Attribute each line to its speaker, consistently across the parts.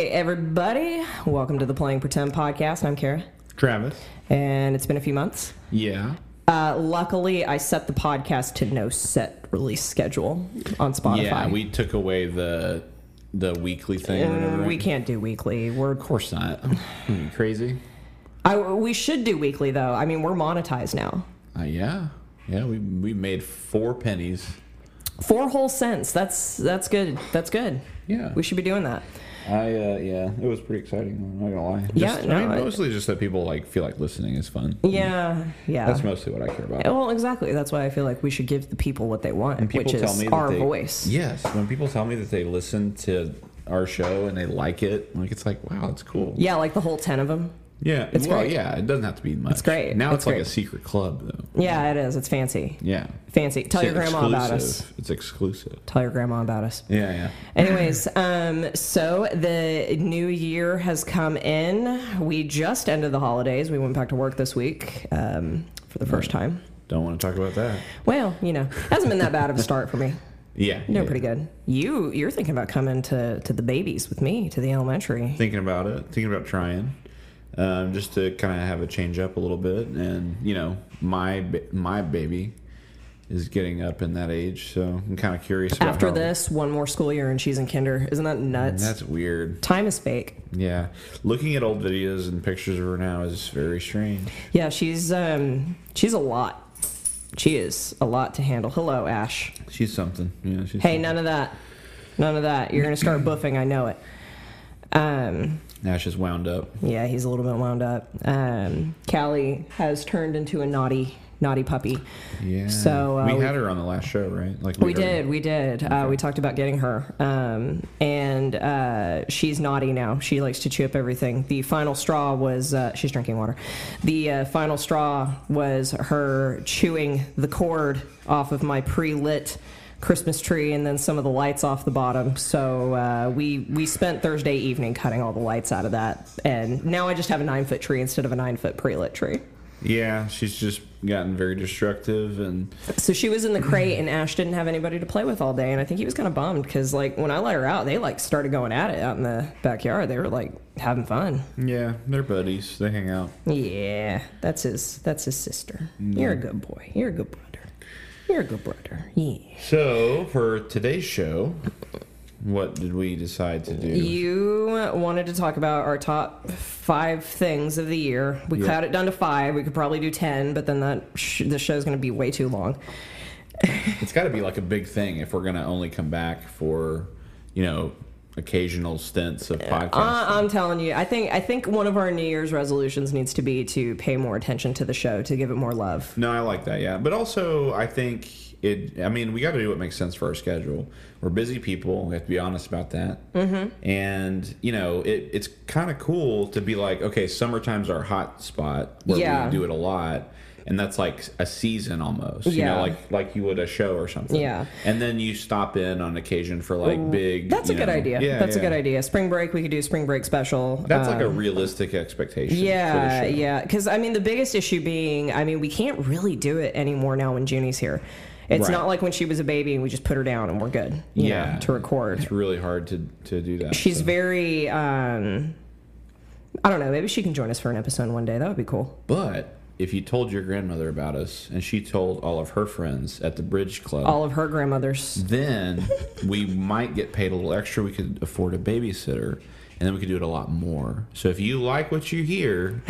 Speaker 1: everybody. Welcome to the Playing Pretend podcast. I'm Kara,
Speaker 2: Travis.
Speaker 1: and it's been a few months.
Speaker 2: Yeah.
Speaker 1: Uh, luckily, I set the podcast to no set release schedule on Spotify.
Speaker 2: Yeah, we took away the the weekly thing. or
Speaker 1: Uh,
Speaker 2: whatever.
Speaker 1: we can't do weekly. We're
Speaker 2: Of course not. Are you Hmm, crazy?
Speaker 1: I, we should do weekly though. I mean, we're monetized now.
Speaker 2: Uh, yeah. Yeah. We we made four pennies.
Speaker 1: Four whole cents. That's that's good. That's good.
Speaker 2: Yeah.
Speaker 1: We should be doing that.
Speaker 2: I uh, yeah. It was pretty exciting. I'm not gonna lie.
Speaker 1: Yeah,
Speaker 2: Just-
Speaker 1: no,
Speaker 2: I mean,
Speaker 1: I-
Speaker 2: mostly just that people like feel like listening is fun.
Speaker 1: Yeah, yeah.
Speaker 2: That's mostly what I care about.
Speaker 1: well, exactly. That's why I feel like we should give the people what they want,
Speaker 2: People
Speaker 1: which is
Speaker 2: tell me that
Speaker 1: our
Speaker 2: they-
Speaker 1: voice.
Speaker 2: Yes. When people tell me that they listen to our show and they like it, like it's like wow, that's cool.
Speaker 1: Yeah, like the whole ten of them.
Speaker 2: Yeah. It's well,
Speaker 1: great.
Speaker 2: yeah. It doesn't have to be much. It's
Speaker 1: great.
Speaker 2: Now
Speaker 1: It's
Speaker 2: it's, like
Speaker 1: great.
Speaker 2: a secret club though.
Speaker 1: Yeah, it is. It's fancy.
Speaker 2: Yeah.
Speaker 1: Fancy. Tell
Speaker 2: It's
Speaker 1: your grandma about us.
Speaker 2: exclusive. It's exclusive.
Speaker 1: Tell your grandma about us.
Speaker 2: Yeah, yeah.
Speaker 1: Anyways, um, so the new year has come in. We just ended the holidays. We went back to work this week um, for the first time.
Speaker 2: Don't want to talk about that.
Speaker 1: Well, you know, hasn't been that bad of a start for me.
Speaker 2: Yeah.
Speaker 1: Doing
Speaker 2: yeah.
Speaker 1: pretty good. You you're thinking about coming to to the babies with me to the elementary.
Speaker 2: Thinking about it, thinking about trying, um, just to kind of have a change up a little bit, and you know, my ba- my baby is getting up in that age, so I'm kind of curious. About
Speaker 1: After
Speaker 2: how-
Speaker 1: this, one more school year and she's in kinder. Isn't that nuts?
Speaker 2: That's weird.
Speaker 1: Time is fake.
Speaker 2: Yeah, looking at old videos and pictures of her now is very strange.
Speaker 1: Yeah, she's um she's a lot. She is a lot to handle. Hello, Ash.
Speaker 2: She's something. Yeah, she's
Speaker 1: Hey, none of that. None of that. You're gonna start buffing. I know it. Um,
Speaker 2: now she's wound up.
Speaker 1: yeah, he's a little bit wound up. Um, Callie has turned into a naughty, naughty puppy.
Speaker 2: Yeah.
Speaker 1: So, uh,
Speaker 2: we,
Speaker 1: we-
Speaker 2: had her on the last show, right? Like
Speaker 1: We
Speaker 2: heard-
Speaker 1: did, we did. Uh, we talked about getting her, um, and uh, she's naughty now. She likes to chew up everything. The final straw was uh, she's drinking water. The uh, final straw was her chewing the cord off of my pre-lit Christmas tree, and then some of the lights off the bottom. So uh, we we spent Thursday evening cutting all the lights out of that, and now I just have a nine-foot tree instead of a nine-foot pre-lit tree.
Speaker 2: Yeah, she's just gotten very destructive and
Speaker 1: So she was in the crate, and Ash didn't have anybody to play with all day, and I think he was kind of bummed because like when I let her out, they like started going at it out in the backyard. They were like having fun.
Speaker 2: yeah, they're buddies. They hang out.
Speaker 1: Yeah, that's his. That's his sister. You're a good boy. You're a good brother. You're a good brother. Yeah.
Speaker 2: So for today's show, what did we decide to do?
Speaker 1: You wanted to talk about our top five things of the year. We
Speaker 2: Yeah.
Speaker 1: cut it down to five. We could probably do ten, but then that sh- the show's going to be way too long.
Speaker 2: It's got to be like a big thing if we're gonna only come back for, you know, occasional stints of podcasts.
Speaker 1: I, Uh, I'm telling you, I think I think one of our New Year's resolutions needs to be to pay more attention to the show, to give it more love.
Speaker 2: No, I like that. Yeah, but also I think it. I mean, we got to do what makes sense for our schedule. We're busy people. We have to be honest about that. Mm-hmm. And you know, it, it's kind of cool to be like, okay, summertime's our hot spot where
Speaker 1: Yeah.
Speaker 2: we do it a lot. And that's like a season almost, you
Speaker 1: Yeah.
Speaker 2: know, like like you would a show or something.
Speaker 1: Yeah.
Speaker 2: And then you stop in on occasion for like big.
Speaker 1: That's a
Speaker 2: you
Speaker 1: good
Speaker 2: know-
Speaker 1: idea.
Speaker 2: Yeah,
Speaker 1: That's
Speaker 2: yeah.
Speaker 1: a good idea. Spring break, we could do spring break special.
Speaker 2: That's
Speaker 1: Uh,
Speaker 2: like a realistic expectation.
Speaker 1: yeah,
Speaker 2: for the show.
Speaker 1: yeah. Because I mean, the biggest issue being, I mean, we can't really do it anymore now when Junie's here. It's
Speaker 2: Right.
Speaker 1: not like when she was a baby and we just put her down and we're good. you know,
Speaker 2: Yeah.
Speaker 1: to record.
Speaker 2: It's really hard to to do that.
Speaker 1: She's
Speaker 2: so.
Speaker 1: very. um I don't know. Maybe she can join us for an episode one day. That would be cool.
Speaker 2: But if you told your grandmother about us and she told all of her friends at the bridge club,
Speaker 1: All of her grandmothers.
Speaker 2: then we might get paid a little extra. We could afford a babysitter and then we could do it a lot more. So if you like what you hear,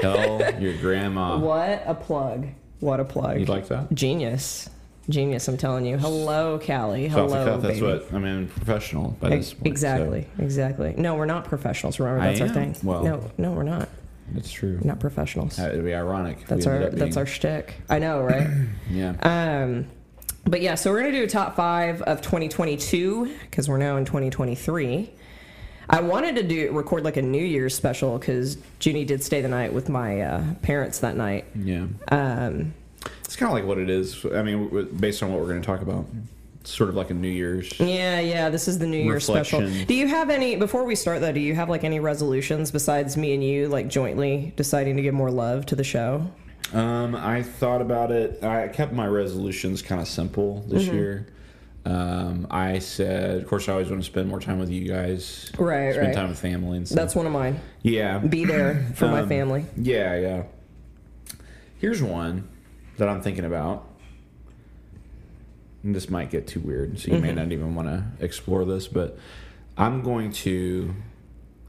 Speaker 2: tell your grandma.
Speaker 1: What a plug! What a plug!
Speaker 2: You'd like that?
Speaker 1: Genius. Genius, I'm telling you. Hello, Callie.
Speaker 2: So off the
Speaker 1: Hello,
Speaker 2: cuff, that's
Speaker 1: baby.
Speaker 2: what I mean, professional by this point. so
Speaker 1: exactly. Exactly. No, we're not professionals. Remember,
Speaker 2: I
Speaker 1: that's our
Speaker 2: am.
Speaker 1: thing.
Speaker 2: Well-
Speaker 1: no, no, we're not.
Speaker 2: It's true.
Speaker 1: We're not professionals.
Speaker 2: Uh, It'd be ironic. if we
Speaker 1: that's
Speaker 2: ended
Speaker 1: our
Speaker 2: up
Speaker 1: that's
Speaker 2: being-
Speaker 1: our shtick. I know, right?
Speaker 2: yeah.
Speaker 1: um, but yeah, so we're gonna do a top five of 2022 because we're now in 2023. I wanted to do record like a New Year's special because Junie did stay the night with my uh, parents that night.
Speaker 2: yeah.
Speaker 1: Um,
Speaker 2: It's kind of like what it is. I mean, w- w- based on what we're going to talk about, it's sort of like a New Year's.
Speaker 1: Yeah, yeah, this is the New Year special.
Speaker 2: Reflection.
Speaker 1: Do you have any before we start though, do you have like any resolutions besides me and you like jointly deciding to give more love to the show? Mm-hmm.
Speaker 2: Um, I thought about it. I kept my resolutions kind of simple this year. Um, I said, of course, I always want to spend more time with you guys.
Speaker 1: Right,
Speaker 2: Spend
Speaker 1: right.
Speaker 2: time with family and stuff.
Speaker 1: That's one of mine.
Speaker 2: yeah.
Speaker 1: Be there for my
Speaker 2: Um,
Speaker 1: family.
Speaker 2: Yeah, yeah. Here's one that I'm thinking about. And this might get too weird, so you
Speaker 1: Mm-hmm.
Speaker 2: may not even want to explore this, but I'm going to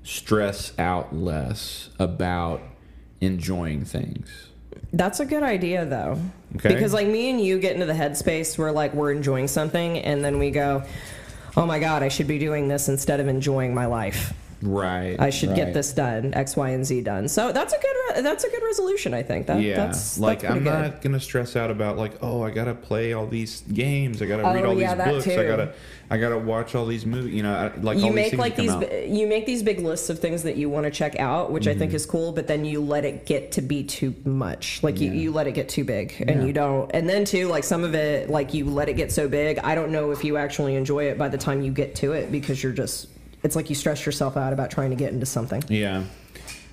Speaker 2: stress out less about enjoying things.
Speaker 1: That's a good idea though.
Speaker 2: Okay.
Speaker 1: Because like me and you get into the headspace where like we're enjoying something and then we go, Oh my god, I should be doing this instead of enjoying my life.
Speaker 2: Right.
Speaker 1: I should get
Speaker 2: right.
Speaker 1: this done, X, Y, and Z done. So that's a good re- that's a good resolution, I think. That,
Speaker 2: Yeah,
Speaker 1: that's
Speaker 2: like
Speaker 1: that's
Speaker 2: I'm
Speaker 1: pretty good.
Speaker 2: not gonna stress out about like, oh, I gotta play all these games, I gotta
Speaker 1: Oh,
Speaker 2: read all
Speaker 1: yeah,
Speaker 2: these
Speaker 1: that
Speaker 2: books, I
Speaker 1: too.
Speaker 2: gotta, I gotta watch all these movies, you know, I, like all
Speaker 1: you
Speaker 2: these
Speaker 1: make
Speaker 2: things
Speaker 1: like
Speaker 2: that
Speaker 1: these
Speaker 2: come out.
Speaker 1: bi- you make these big lists of things that you want to check out which i
Speaker 2: Mm-hmm.
Speaker 1: think is cool but then you let it get to be too much like you,
Speaker 2: Yeah.
Speaker 1: you let it get too big and
Speaker 2: Yeah.
Speaker 1: you don't and then too like some of it like you let it get so big i don't know if you actually enjoy it by the time you get to it because you're just it's like you stress yourself out about trying to get into something
Speaker 2: Yeah,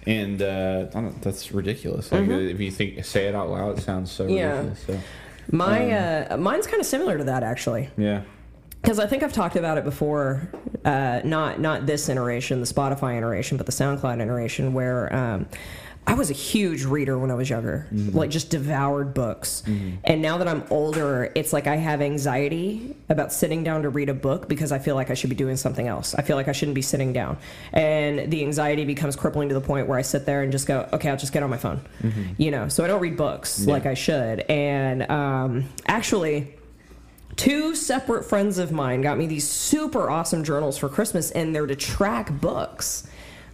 Speaker 2: and uh, I don't, that's ridiculous. Like if you think say it out loud, it sounds so
Speaker 1: Mm-hmm. Yeah.
Speaker 2: ridiculous. So, Um,
Speaker 1: my uh, mine's kind of similar to that actually
Speaker 2: yeah,
Speaker 1: because I think I've talked about it before, uh, not not this iteration, the Spotify iteration, but the SoundCloud iteration, where um, I was a huge reader when I was younger, like just devoured books. And now that I'm older, it's like I have anxiety about sitting down to read a book because I feel like I should be doing something else. I feel like I shouldn't be sitting down, and the anxiety becomes crippling to the point where I sit there and just go, okay, I'll just get on my phone, you know. So I don't read books like I should, and um, actually two separate friends of mine got me these super awesome journals for Christmas, and they're to track books.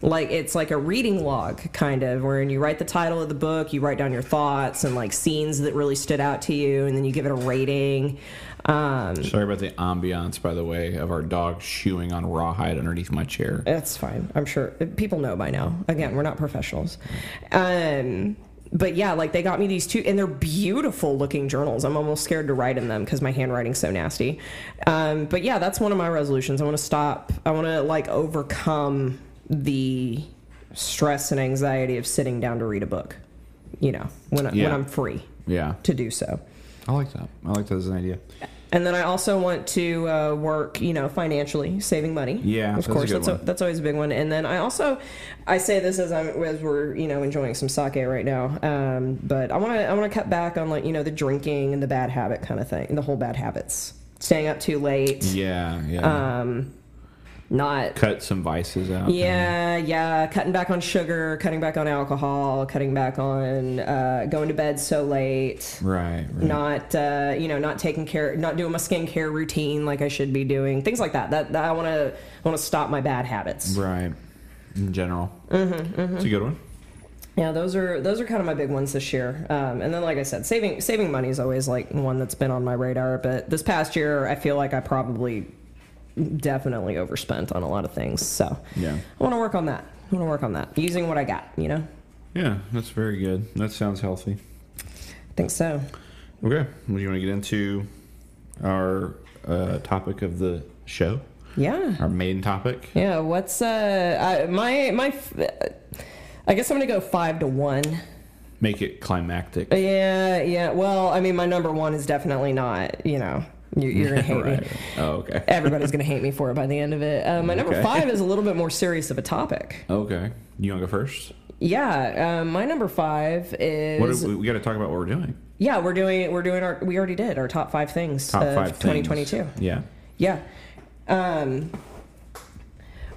Speaker 1: Like it's like a reading log kind of, wherein you write the title of the book, you write down your thoughts and like scenes that really stood out to you, and then you give it a rating. Um,
Speaker 2: sorry about the ambiance, by the way, of our dog chewing on rawhide underneath my chair.
Speaker 1: That's fine. I'm sure uh, people know by now. Again, we're not professionals. Um, but yeah, like they got me these two, and they're beautiful looking journals. I'm almost scared to write in them because my handwriting's so nasty. Um, but yeah, that's one of my resolutions. I want to stop. I want to like overcome the stress and anxiety of sitting down to read a book. You know, when I, when
Speaker 2: Yeah.
Speaker 1: I'm free
Speaker 2: Yeah,
Speaker 1: to do so.
Speaker 2: I like that. I like that as an idea.
Speaker 1: And then I also want to uh, work, you know, financially, saving money.
Speaker 2: Yeah,
Speaker 1: of
Speaker 2: that's a
Speaker 1: course,
Speaker 2: good
Speaker 1: that's a,
Speaker 2: one.
Speaker 1: that's always a big one. And then I also, I say this as I'm as we're you know enjoying some sake right now, um, but I want to I want to cut back on like you know the drinking and the bad habit kind of thing, the whole bad habits, staying up too late,
Speaker 2: Yeah, yeah.
Speaker 1: um, not.
Speaker 2: Cut some vices out.
Speaker 1: Yeah, yeah, cutting back on sugar, cutting back on alcohol, cutting back on uh, going to bed so late
Speaker 2: Right. Right.
Speaker 1: not uh, you know not taking care not doing my skincare routine like i should be doing things like that that, that i want to want to stop my bad habits
Speaker 2: Right. In general, mm-hmm, it's a good one.
Speaker 1: yeah those are those are kind of my big ones this year um, and then like i said saving saving money is always like one that's been on my radar but this past year i feel like i probably definitely overspent on a lot of things so
Speaker 2: Yeah.
Speaker 1: i want to work on that i want to work on that using what i got you know
Speaker 2: Yeah, that's very good. That sounds healthy.
Speaker 1: i think so
Speaker 2: Okay, well, you want to get into our uh, topic of the show?
Speaker 1: yeah
Speaker 2: Our main topic?
Speaker 1: Yeah, what's uh I, my my f- I guess I'm going to go 5 to 1.
Speaker 2: Make it climactic.
Speaker 1: Yeah, yeah. Well, I mean my number 1 is definitely not, you know. You you're going to hate
Speaker 2: right.
Speaker 1: me.
Speaker 2: Oh, okay.
Speaker 1: Everybody's going to hate me for it by the end of it. Uh, my number
Speaker 2: Okay.
Speaker 1: 5 is a little bit more serious of a topic.
Speaker 2: Okay. You want to go first?
Speaker 1: Yeah, um, my number 5 is
Speaker 2: What do we, we got to talk about what we're doing.
Speaker 1: Yeah, we're doing we're doing our we already did our top 5 things
Speaker 2: Top
Speaker 1: of
Speaker 2: five things.
Speaker 1: 2022.
Speaker 2: Yeah.
Speaker 1: Yeah. Um,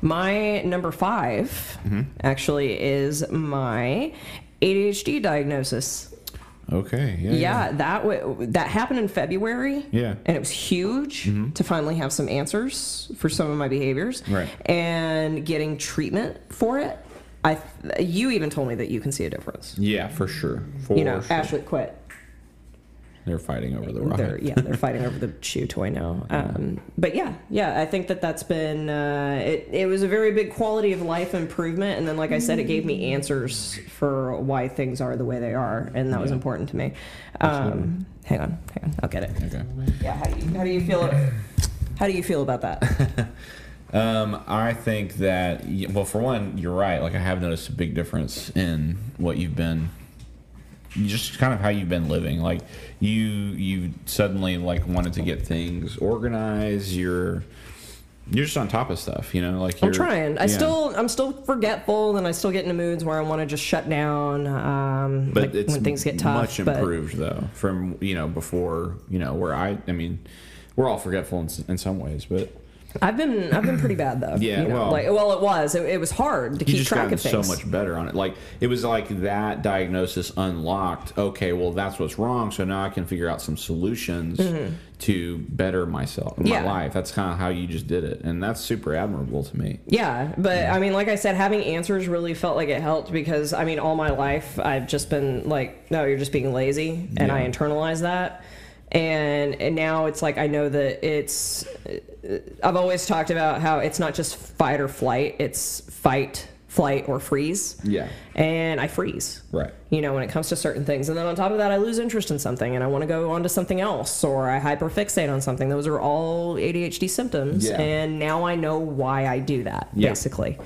Speaker 1: my number 5
Speaker 2: Mm-hmm.
Speaker 1: actually is my ADHD diagnosis.
Speaker 2: Okay. Yeah.
Speaker 1: Yeah, that w- that happened in February.
Speaker 2: Yeah. Mm-hmm.
Speaker 1: and it was huge to finally have some answers for some of my behaviors.
Speaker 2: Right.
Speaker 1: and getting treatment for it. I, th- you even told me that you can see a difference.
Speaker 2: Yeah, for sure. For
Speaker 1: You know,
Speaker 2: sure.
Speaker 1: Ashley quit.
Speaker 2: They're fighting over the rock.
Speaker 1: They're, yeah, they're fighting over the shoe toy now. Um, but yeah, yeah, I think that that's been uh, it. It was a very big quality of life improvement, and then like I said, it gave me answers for why things are the way they are, and that was important to me. Um, hang on, hang on, I'll get it.
Speaker 2: Okay.
Speaker 1: Yeah, how do you, how do you feel? How do you feel about that?
Speaker 2: Um, I think that y- well, for one, you're right. Like I have noticed a big difference in what you've been just kind of how you've been living. Like you you suddenly like wanted to get things organized. You're you're just on top of stuff. You know, like
Speaker 1: I'm
Speaker 2: you're-
Speaker 1: trying. I
Speaker 2: yeah.
Speaker 1: still I'm still forgetful, and I still get into moods where I want to just shut down. Um,
Speaker 2: but
Speaker 1: like
Speaker 2: it's
Speaker 1: when things get tough.
Speaker 2: much
Speaker 1: but
Speaker 2: improved though from you know before you know where I I mean we're all forgetful in, s- in some ways, but
Speaker 1: I've been I've been pretty bad though.
Speaker 2: Yeah,
Speaker 1: you know,
Speaker 2: well-
Speaker 1: like well, it was it, it was hard to
Speaker 2: you
Speaker 1: keep
Speaker 2: just
Speaker 1: track
Speaker 2: gotten
Speaker 1: of
Speaker 2: so
Speaker 1: things.
Speaker 2: much better on it. Like it was like that diagnosis unlocked. Okay, well that's what's wrong. So now I can figure out some solutions
Speaker 1: Mm-hmm.
Speaker 2: to better myself, my
Speaker 1: Yeah.
Speaker 2: life. That's kind of how you just did it, and that's super admirable to me.
Speaker 1: Yeah, but I mean, like I said, having answers really felt like it helped because I mean, all my life I've just been like, no, you're just being lazy, and
Speaker 2: Yeah.
Speaker 1: I internalize that, and and now it's like I know that it's. I've always talked about how it's not just fight or flight; it's fight, flight, or freeze.
Speaker 2: Yeah.
Speaker 1: and I freeze.
Speaker 2: Right.
Speaker 1: You know, when it comes to certain things. And then on top of that, I lose interest in something and I want to go on to something else or I hyperfixate on something. Those are all ADHD symptoms.
Speaker 2: Yeah.
Speaker 1: And now I know why I do that,
Speaker 2: Yeah.
Speaker 1: basically.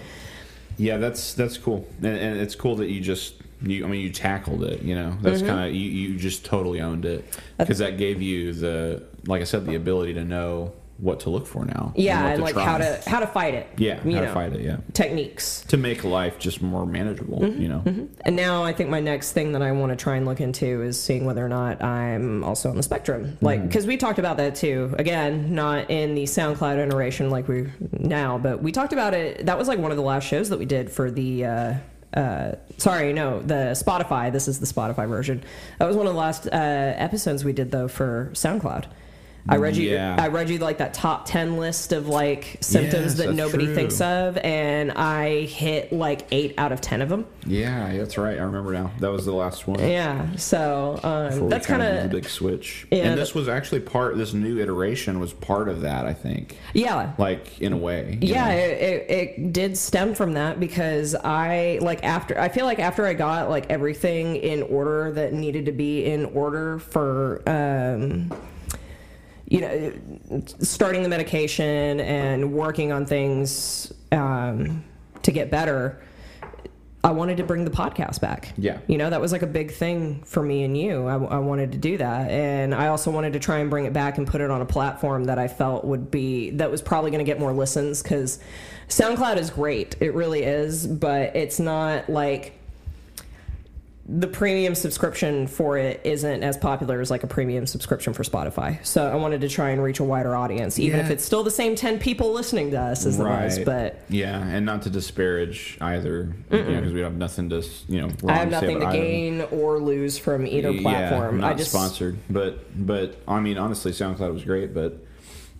Speaker 2: Yeah, that's that's cool, and, and it's cool that you just you. I mean, you tackled it. You know,
Speaker 1: Mm-hmm.
Speaker 2: that's kind of you. You just totally owned it because that gave you the, like I said, the ability to know what to look for now.
Speaker 1: Yeah,
Speaker 2: what
Speaker 1: and
Speaker 2: to
Speaker 1: like
Speaker 2: try.
Speaker 1: how to how to fight it.
Speaker 2: yeah how
Speaker 1: you
Speaker 2: to
Speaker 1: know,
Speaker 2: fight it. Yeah,
Speaker 1: Techniques.
Speaker 2: to make life just more manageable.
Speaker 1: Mm-hmm,
Speaker 2: You know,
Speaker 1: And now I think my next thing that I want to try and look into is seeing whether or not I'm also on the spectrum.
Speaker 2: Mm-hmm.
Speaker 1: Like, because we talked about that too. Again, not in the SoundCloud iteration like we now, but we talked about it. That was like one of the last shows that we did for the. Uh, uh, sorry, no, the Spotify. This is the Spotify version. That was one of the last uh, episodes we did though for SoundCloud. I read you.
Speaker 2: Yeah.
Speaker 1: I read you like that top ten list of like symptoms
Speaker 2: Yes,
Speaker 1: that
Speaker 2: that's
Speaker 1: nobody
Speaker 2: true.
Speaker 1: thinks of, and I hit like eight out of ten of them.
Speaker 2: yeah, that's right. I remember now. That was the last one.
Speaker 1: Yeah. So um,
Speaker 2: before we
Speaker 1: that's kind
Speaker 2: kinda did the
Speaker 1: of
Speaker 2: big switch.
Speaker 1: Yeah,
Speaker 2: and
Speaker 1: the-
Speaker 2: this was actually part. This new iteration was part of that. I think,
Speaker 1: yeah.
Speaker 2: like in a way. you
Speaker 1: Yeah,
Speaker 2: know?
Speaker 1: it, it, it did stem from that because I like after I feel like after I got like everything in order that needed to be in order for um you know starting the medication and working on things um to get better I wanted to bring the podcast back.
Speaker 2: Yeah.
Speaker 1: You know, that was like a big thing for me and you. I, I wanted to do that. And I also wanted to try and bring it back and put it on a platform that I felt would be, that was probably going to get more listens because SoundCloud is great. It really is. But it's not like, the premium subscription for it isn't as popular as like a premium subscription for Spotify. So I wanted to try and reach a wider audience, even
Speaker 2: Yeah.
Speaker 1: if it's still the same 10 people listening to us as it was. But
Speaker 2: yeah, and not to disparage either, because we have nothing to s- you know.
Speaker 1: I
Speaker 2: wrong
Speaker 1: have
Speaker 2: say
Speaker 1: nothing
Speaker 2: about
Speaker 1: to
Speaker 2: either.
Speaker 1: gain or lose from either
Speaker 2: Yeah,
Speaker 1: platform.
Speaker 2: not
Speaker 1: I just
Speaker 2: sponsored, but but I mean, honestly, SoundCloud was great, but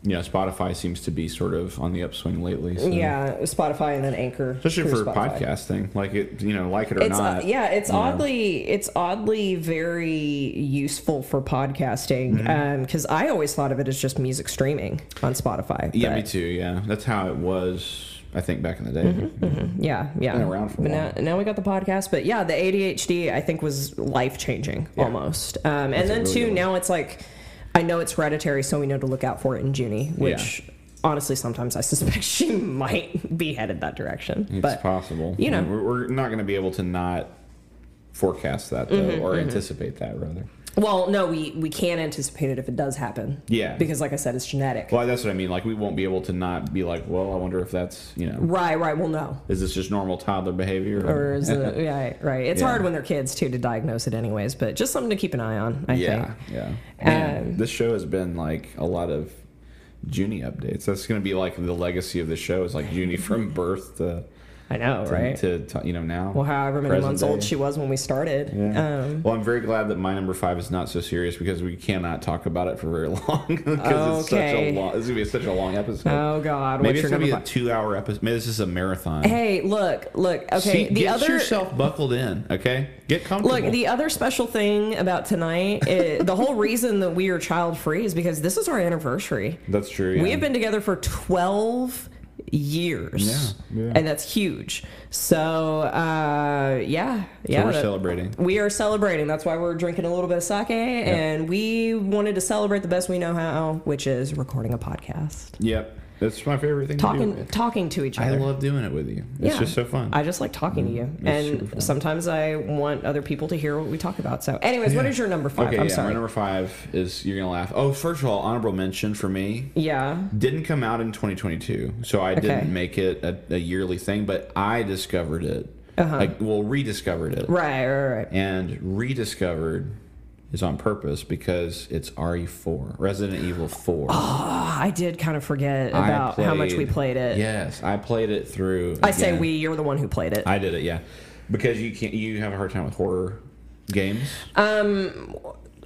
Speaker 2: you know, Spotify seems to be sort of on the upswing lately. So.
Speaker 1: yeah, Spotify and then Anchor,
Speaker 2: especially
Speaker 1: through
Speaker 2: for
Speaker 1: Spotify.
Speaker 2: podcasting, like it, you know, like it or
Speaker 1: It's uh,
Speaker 2: not.
Speaker 1: yeah, it's
Speaker 2: you know.
Speaker 1: oddly it's oddly very useful for podcasting
Speaker 2: Mm-hmm.
Speaker 1: because I always thought of it as just music streaming on Spotify.
Speaker 2: Yeah,
Speaker 1: but-
Speaker 2: me too. Yeah, that's how it was. I think back in the day.
Speaker 1: Mm-hmm, Yeah, yeah.
Speaker 2: Been around for a
Speaker 1: But
Speaker 2: while.
Speaker 1: Now, now we got the podcast, but yeah, the ADHD I think was life changing almost. Um, and
Speaker 2: That's a
Speaker 1: then
Speaker 2: really
Speaker 1: too,
Speaker 2: good one.
Speaker 1: now it's like I know it's hereditary, so we know to look out for it in Junie, which honestly sometimes I suspect she might be headed that direction.
Speaker 2: It's
Speaker 1: but
Speaker 2: possible.
Speaker 1: you know.
Speaker 2: we're, we're not going to be able to not forecast that though,
Speaker 1: Mm-hmm,
Speaker 2: or anticipate that rather.
Speaker 1: well, no, we we can anticipate it if it does happen.
Speaker 2: Yeah.
Speaker 1: because like I said, it's genetic.
Speaker 2: Well, that's what I mean. Like, we won't be able to not be like, well, I wonder if that's you know,
Speaker 1: right, right. Well, no.
Speaker 2: is this just normal toddler behavior?
Speaker 1: Or is it, yeah, right. It's
Speaker 2: Yeah.
Speaker 1: hard when they're kids too to diagnose it, anyways. But just something to keep an eye on. I
Speaker 2: Yeah,
Speaker 1: think.
Speaker 2: yeah. Man,
Speaker 1: Um,
Speaker 2: this show has been like a lot of Junie updates. That's going to be like the legacy of the show is like Junie from birth to,
Speaker 1: I know,
Speaker 2: to,
Speaker 1: right?
Speaker 2: to, to, you know now.
Speaker 1: well, however many
Speaker 2: present
Speaker 1: months
Speaker 2: day.
Speaker 1: old she was when we started.
Speaker 2: Yeah.
Speaker 1: Um,
Speaker 2: well, I'm very glad that my number five is not so serious because we cannot talk about it for very long because it's such a
Speaker 1: Okay.
Speaker 2: long. This is gonna be such a long episode.
Speaker 1: oh God,
Speaker 2: Maybe
Speaker 1: what's
Speaker 2: it's
Speaker 1: your
Speaker 2: gonna
Speaker 1: number?
Speaker 2: be a
Speaker 1: five?
Speaker 2: two-hour episode. Maybe this is a marathon.
Speaker 1: hey, look, look. Okay,
Speaker 2: See,
Speaker 1: the
Speaker 2: get
Speaker 1: other
Speaker 2: yourself buckled in. Okay, get comfortable.
Speaker 1: look, the other special thing about tonight, is, the whole reason that we are child free is because this is our anniversary.
Speaker 2: That's true. Yeah.
Speaker 1: We have been together for 12 years.
Speaker 2: Yeah, yeah.
Speaker 1: And that's huge. So, uh, yeah. Yeah.
Speaker 2: we're
Speaker 1: that-
Speaker 2: celebrating.
Speaker 1: We are celebrating. That's why we're drinking a little bit of sake. And we wanted to celebrate the best we know how, which is recording a podcast.
Speaker 2: Yep. That's my favorite thing to
Speaker 1: talking
Speaker 2: do.
Speaker 1: talking to each
Speaker 2: I
Speaker 1: other.
Speaker 2: love doing it with you. It's just so fun.
Speaker 1: I just like talking to you,
Speaker 2: it's super fun.
Speaker 1: and sometimes I want other people to hear what we talk about. So, anyways, what
Speaker 2: Yeah.
Speaker 1: is your number five?
Speaker 2: okay,
Speaker 1: I'm
Speaker 2: yeah, my
Speaker 1: sorry.
Speaker 2: number five is you're gonna laugh. Oh, first of all, honorable mention for me
Speaker 1: yeah,
Speaker 2: didn't come out in 2022, so I
Speaker 1: Okay.
Speaker 2: didn't make it a, a yearly thing. But I discovered it,
Speaker 1: Uh-huh.
Speaker 2: like well, rediscovered it,
Speaker 1: right, right, right.
Speaker 2: and rediscovered is on purpose because it's RE4, Resident Evil 4.
Speaker 1: Ah, I did kind of forget
Speaker 2: I
Speaker 1: about how much we played it.
Speaker 2: Yes, I played it through.
Speaker 1: I say
Speaker 2: again.
Speaker 1: we. You're the one who played it.
Speaker 2: I did it, yeah, because you can't. You have a hard time with horror games.
Speaker 1: Um,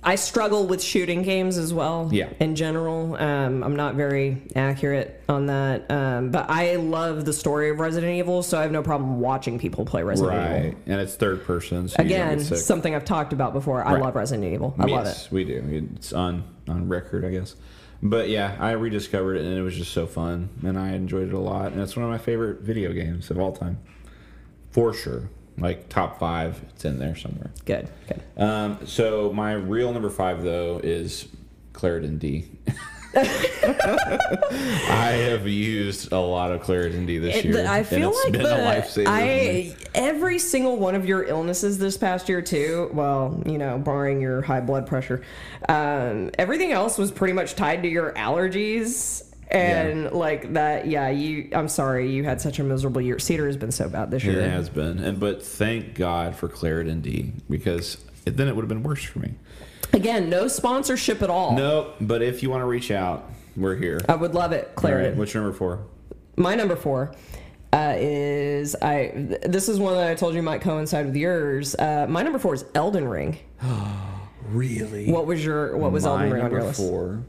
Speaker 1: I struggle with shooting games as well.
Speaker 2: Yeah.
Speaker 1: In general, um, I'm not very accurate on that. Um, but I love the story of Resident Evil, so I have no problem watching people play Resident Evil.
Speaker 2: Right, and it's third person. So you don't
Speaker 1: Again,
Speaker 2: get sick.
Speaker 1: something I've talked about before. I
Speaker 2: Right.
Speaker 1: love Resident Evil. I love it.
Speaker 2: yes, we do. It's on on record, I guess. But yeah, I rediscovered it and it was just so fun, and I enjoyed it a lot. And it's one of my favorite video games of all time, for sure. Like top five, it's in there somewhere.
Speaker 1: Good. Good.
Speaker 2: Um, so my real number five though is Claritin D. I have used a lot of Claritin D this
Speaker 1: It-
Speaker 2: year.
Speaker 1: the- I feel
Speaker 2: and it's
Speaker 1: like
Speaker 2: been
Speaker 1: the,
Speaker 2: a lifesaver. for me.
Speaker 1: I every single one of your illnesses this past year too. Well, you know, barring your high blood pressure, um, everything else was pretty much tied to your allergies and like that. Yeah, you. I'm sorry, you had such a miserable year. Cedar has been so bad this year.
Speaker 2: It has been, and but thank God for Claritin D because it, then it would have been worse for me.
Speaker 1: Again, no sponsorship at all.
Speaker 2: Nope. But if you want to reach out, we're here.
Speaker 1: I would love it,
Speaker 2: All
Speaker 1: Claritin.
Speaker 2: right. What's your number four?
Speaker 1: my number four uh, is I. th- This is one that I told you might coincide with yours. Uh, my number four is Elden Ring.
Speaker 2: Really?
Speaker 1: What was your What was
Speaker 2: My
Speaker 1: Elden Ring on
Speaker 2: number
Speaker 1: your list?
Speaker 2: four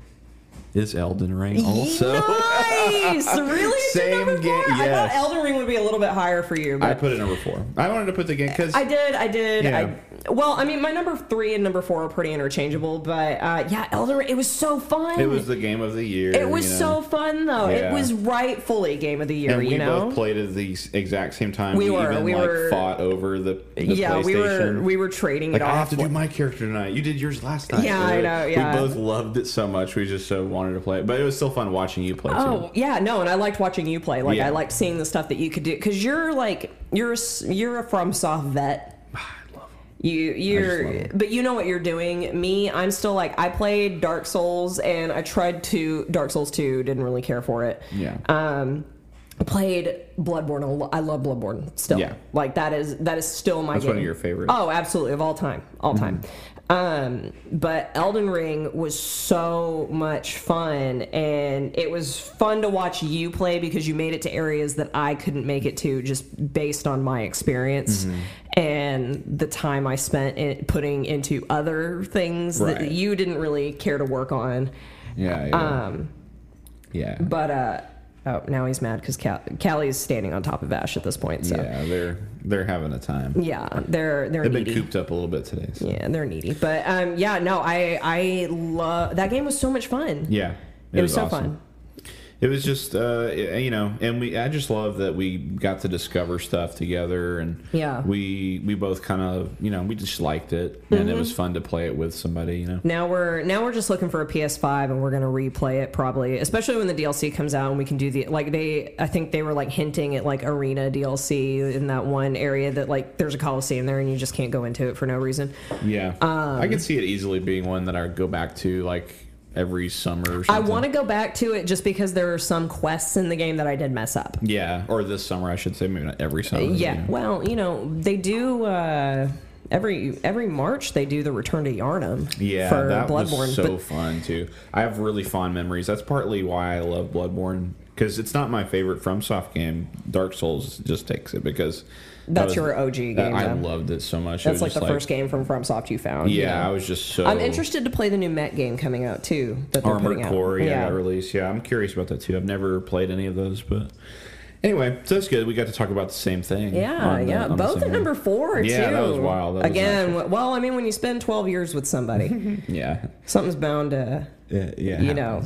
Speaker 2: is Elden Ring. Also,
Speaker 1: nice. Really? It's your
Speaker 2: Same
Speaker 1: number
Speaker 2: game-
Speaker 1: four? I
Speaker 2: yes.
Speaker 1: thought Elden Ring would be a little bit higher for you,
Speaker 2: I
Speaker 1: but
Speaker 2: put it number four. I wanted to put the game because
Speaker 1: I, did. I did.
Speaker 2: Yeah.
Speaker 1: I, well, I mean, my number three and number four are pretty interchangeable, but uh, yeah, Elden Ring. It was so fun.
Speaker 2: it was the game of the year.
Speaker 1: It was
Speaker 2: you know.
Speaker 1: so fun though. It
Speaker 2: Yeah.
Speaker 1: was rightfully game of the year.
Speaker 2: And we
Speaker 1: you know.
Speaker 2: both played at the s- exact same time.
Speaker 1: We were-
Speaker 2: even
Speaker 1: we
Speaker 2: like
Speaker 1: were-
Speaker 2: fought over the, the
Speaker 1: yeah,
Speaker 2: PlayStation.
Speaker 1: we were we were trading
Speaker 2: like
Speaker 1: it
Speaker 2: I
Speaker 1: off.
Speaker 2: have to do my character tonight. You did yours last night.
Speaker 1: Yeah, I know, yeah.
Speaker 2: We both loved it so much. We just so wanted to play it, but it was still fun watching you play.
Speaker 1: Oh
Speaker 2: too.
Speaker 1: yeah, no, and I liked watching you play. Like
Speaker 2: Yeah.
Speaker 1: I liked seeing the stuff that you could do because you're like you're a s- you're a FromSoft vet.
Speaker 2: Ah,
Speaker 1: You
Speaker 2: love
Speaker 1: you're
Speaker 2: 'em.
Speaker 1: but you know what you're doing. Me, I'm still like I played Dark Souls and I tried to Dark Souls 2, didn't really care for it.
Speaker 2: Yeah.
Speaker 1: Um played Bloodborne. a lo- I love Bloodborne still.
Speaker 2: Yeah.
Speaker 1: Like that is that is still my
Speaker 2: That's
Speaker 1: game.
Speaker 2: one of your favorites. Mm-hmm.
Speaker 1: Oh, absolutely of all time. All time. Um but Elden Ring was so much fun and it was fun to watch you play because you made it to areas that I couldn't make it to just based on my experience.
Speaker 2: Mm-hmm.
Speaker 1: And the time I spent in, putting into other things
Speaker 2: Right.
Speaker 1: that you didn't really care to work on.
Speaker 2: yeah, yeah.
Speaker 1: um,
Speaker 2: yeah.
Speaker 1: But uh, oh, now he's mad because Cal- Callie's standing on top of Ash at this point. So yeah,
Speaker 2: Yeah, they're they're having a time.
Speaker 1: they're they're
Speaker 2: They've been
Speaker 1: needy.
Speaker 2: cooped up a little bit today. so-
Speaker 1: yeah, they're needy. But um, yeah, no, I I love that game was so much fun.
Speaker 2: Yeah,
Speaker 1: it, was, so
Speaker 2: awesome.
Speaker 1: fun.
Speaker 2: It was just uh, you know, and we I just love that we got to discover stuff together, and
Speaker 1: Yeah.
Speaker 2: we we both kind of you know we just liked it, and it was
Speaker 1: Mm-hmm.
Speaker 2: fun to play it with somebody, you know.
Speaker 1: Now we're now we're just looking for a PS5 and we're gonna replay it probably, especially when the DLC comes out and we can do the like they I think they were like hinting at like arena DLC in that one area that like there's a coliseum there and you just can't go into it for no reason.
Speaker 2: Yeah,
Speaker 1: Um,
Speaker 2: I could see it easily being one that I would go back to like every summer. Or something.
Speaker 1: I want to go back to it just because there are some quests in the game that I did mess up.
Speaker 2: Yeah, or this summer I should say, maybe not every summer.
Speaker 1: Yeah.
Speaker 2: you know.
Speaker 1: Well, you know, they do uh, every every March they do the Return to Yarnum
Speaker 2: Yeah,
Speaker 1: for
Speaker 2: that
Speaker 1: Bloodborne.
Speaker 2: was so
Speaker 1: but
Speaker 2: fun too. I have really fond memories. That's partly why I love Bloodborne because it's not my favorite FromSoft game. Dark Souls just takes it because that
Speaker 1: That's
Speaker 2: was-
Speaker 1: your OG game,
Speaker 2: that- I
Speaker 1: though.
Speaker 2: loved it so much. It
Speaker 1: that's
Speaker 2: was
Speaker 1: like the
Speaker 2: just
Speaker 1: first game from FromSoft you found. you
Speaker 2: Yeah,
Speaker 1: know?
Speaker 2: I was just so.
Speaker 1: I'm interested to play the new Met game coming out too. That they're
Speaker 2: Armored
Speaker 1: putting out.
Speaker 2: Core, yeah, that release. Yeah, I'm curious about that too. I've never played any of those, but anyway, so that's good. We got to talk about the same thing.
Speaker 1: Yeah,
Speaker 2: on the-
Speaker 1: yeah.
Speaker 2: on the
Speaker 1: Both
Speaker 2: same-
Speaker 1: at number four
Speaker 2: Yeah,
Speaker 1: too.
Speaker 2: that was wild. That was
Speaker 1: Again, w- well, I mean, when you spend 12 years with somebody,
Speaker 2: Yeah,
Speaker 1: something's bound to
Speaker 2: yeah, yeah.
Speaker 1: you know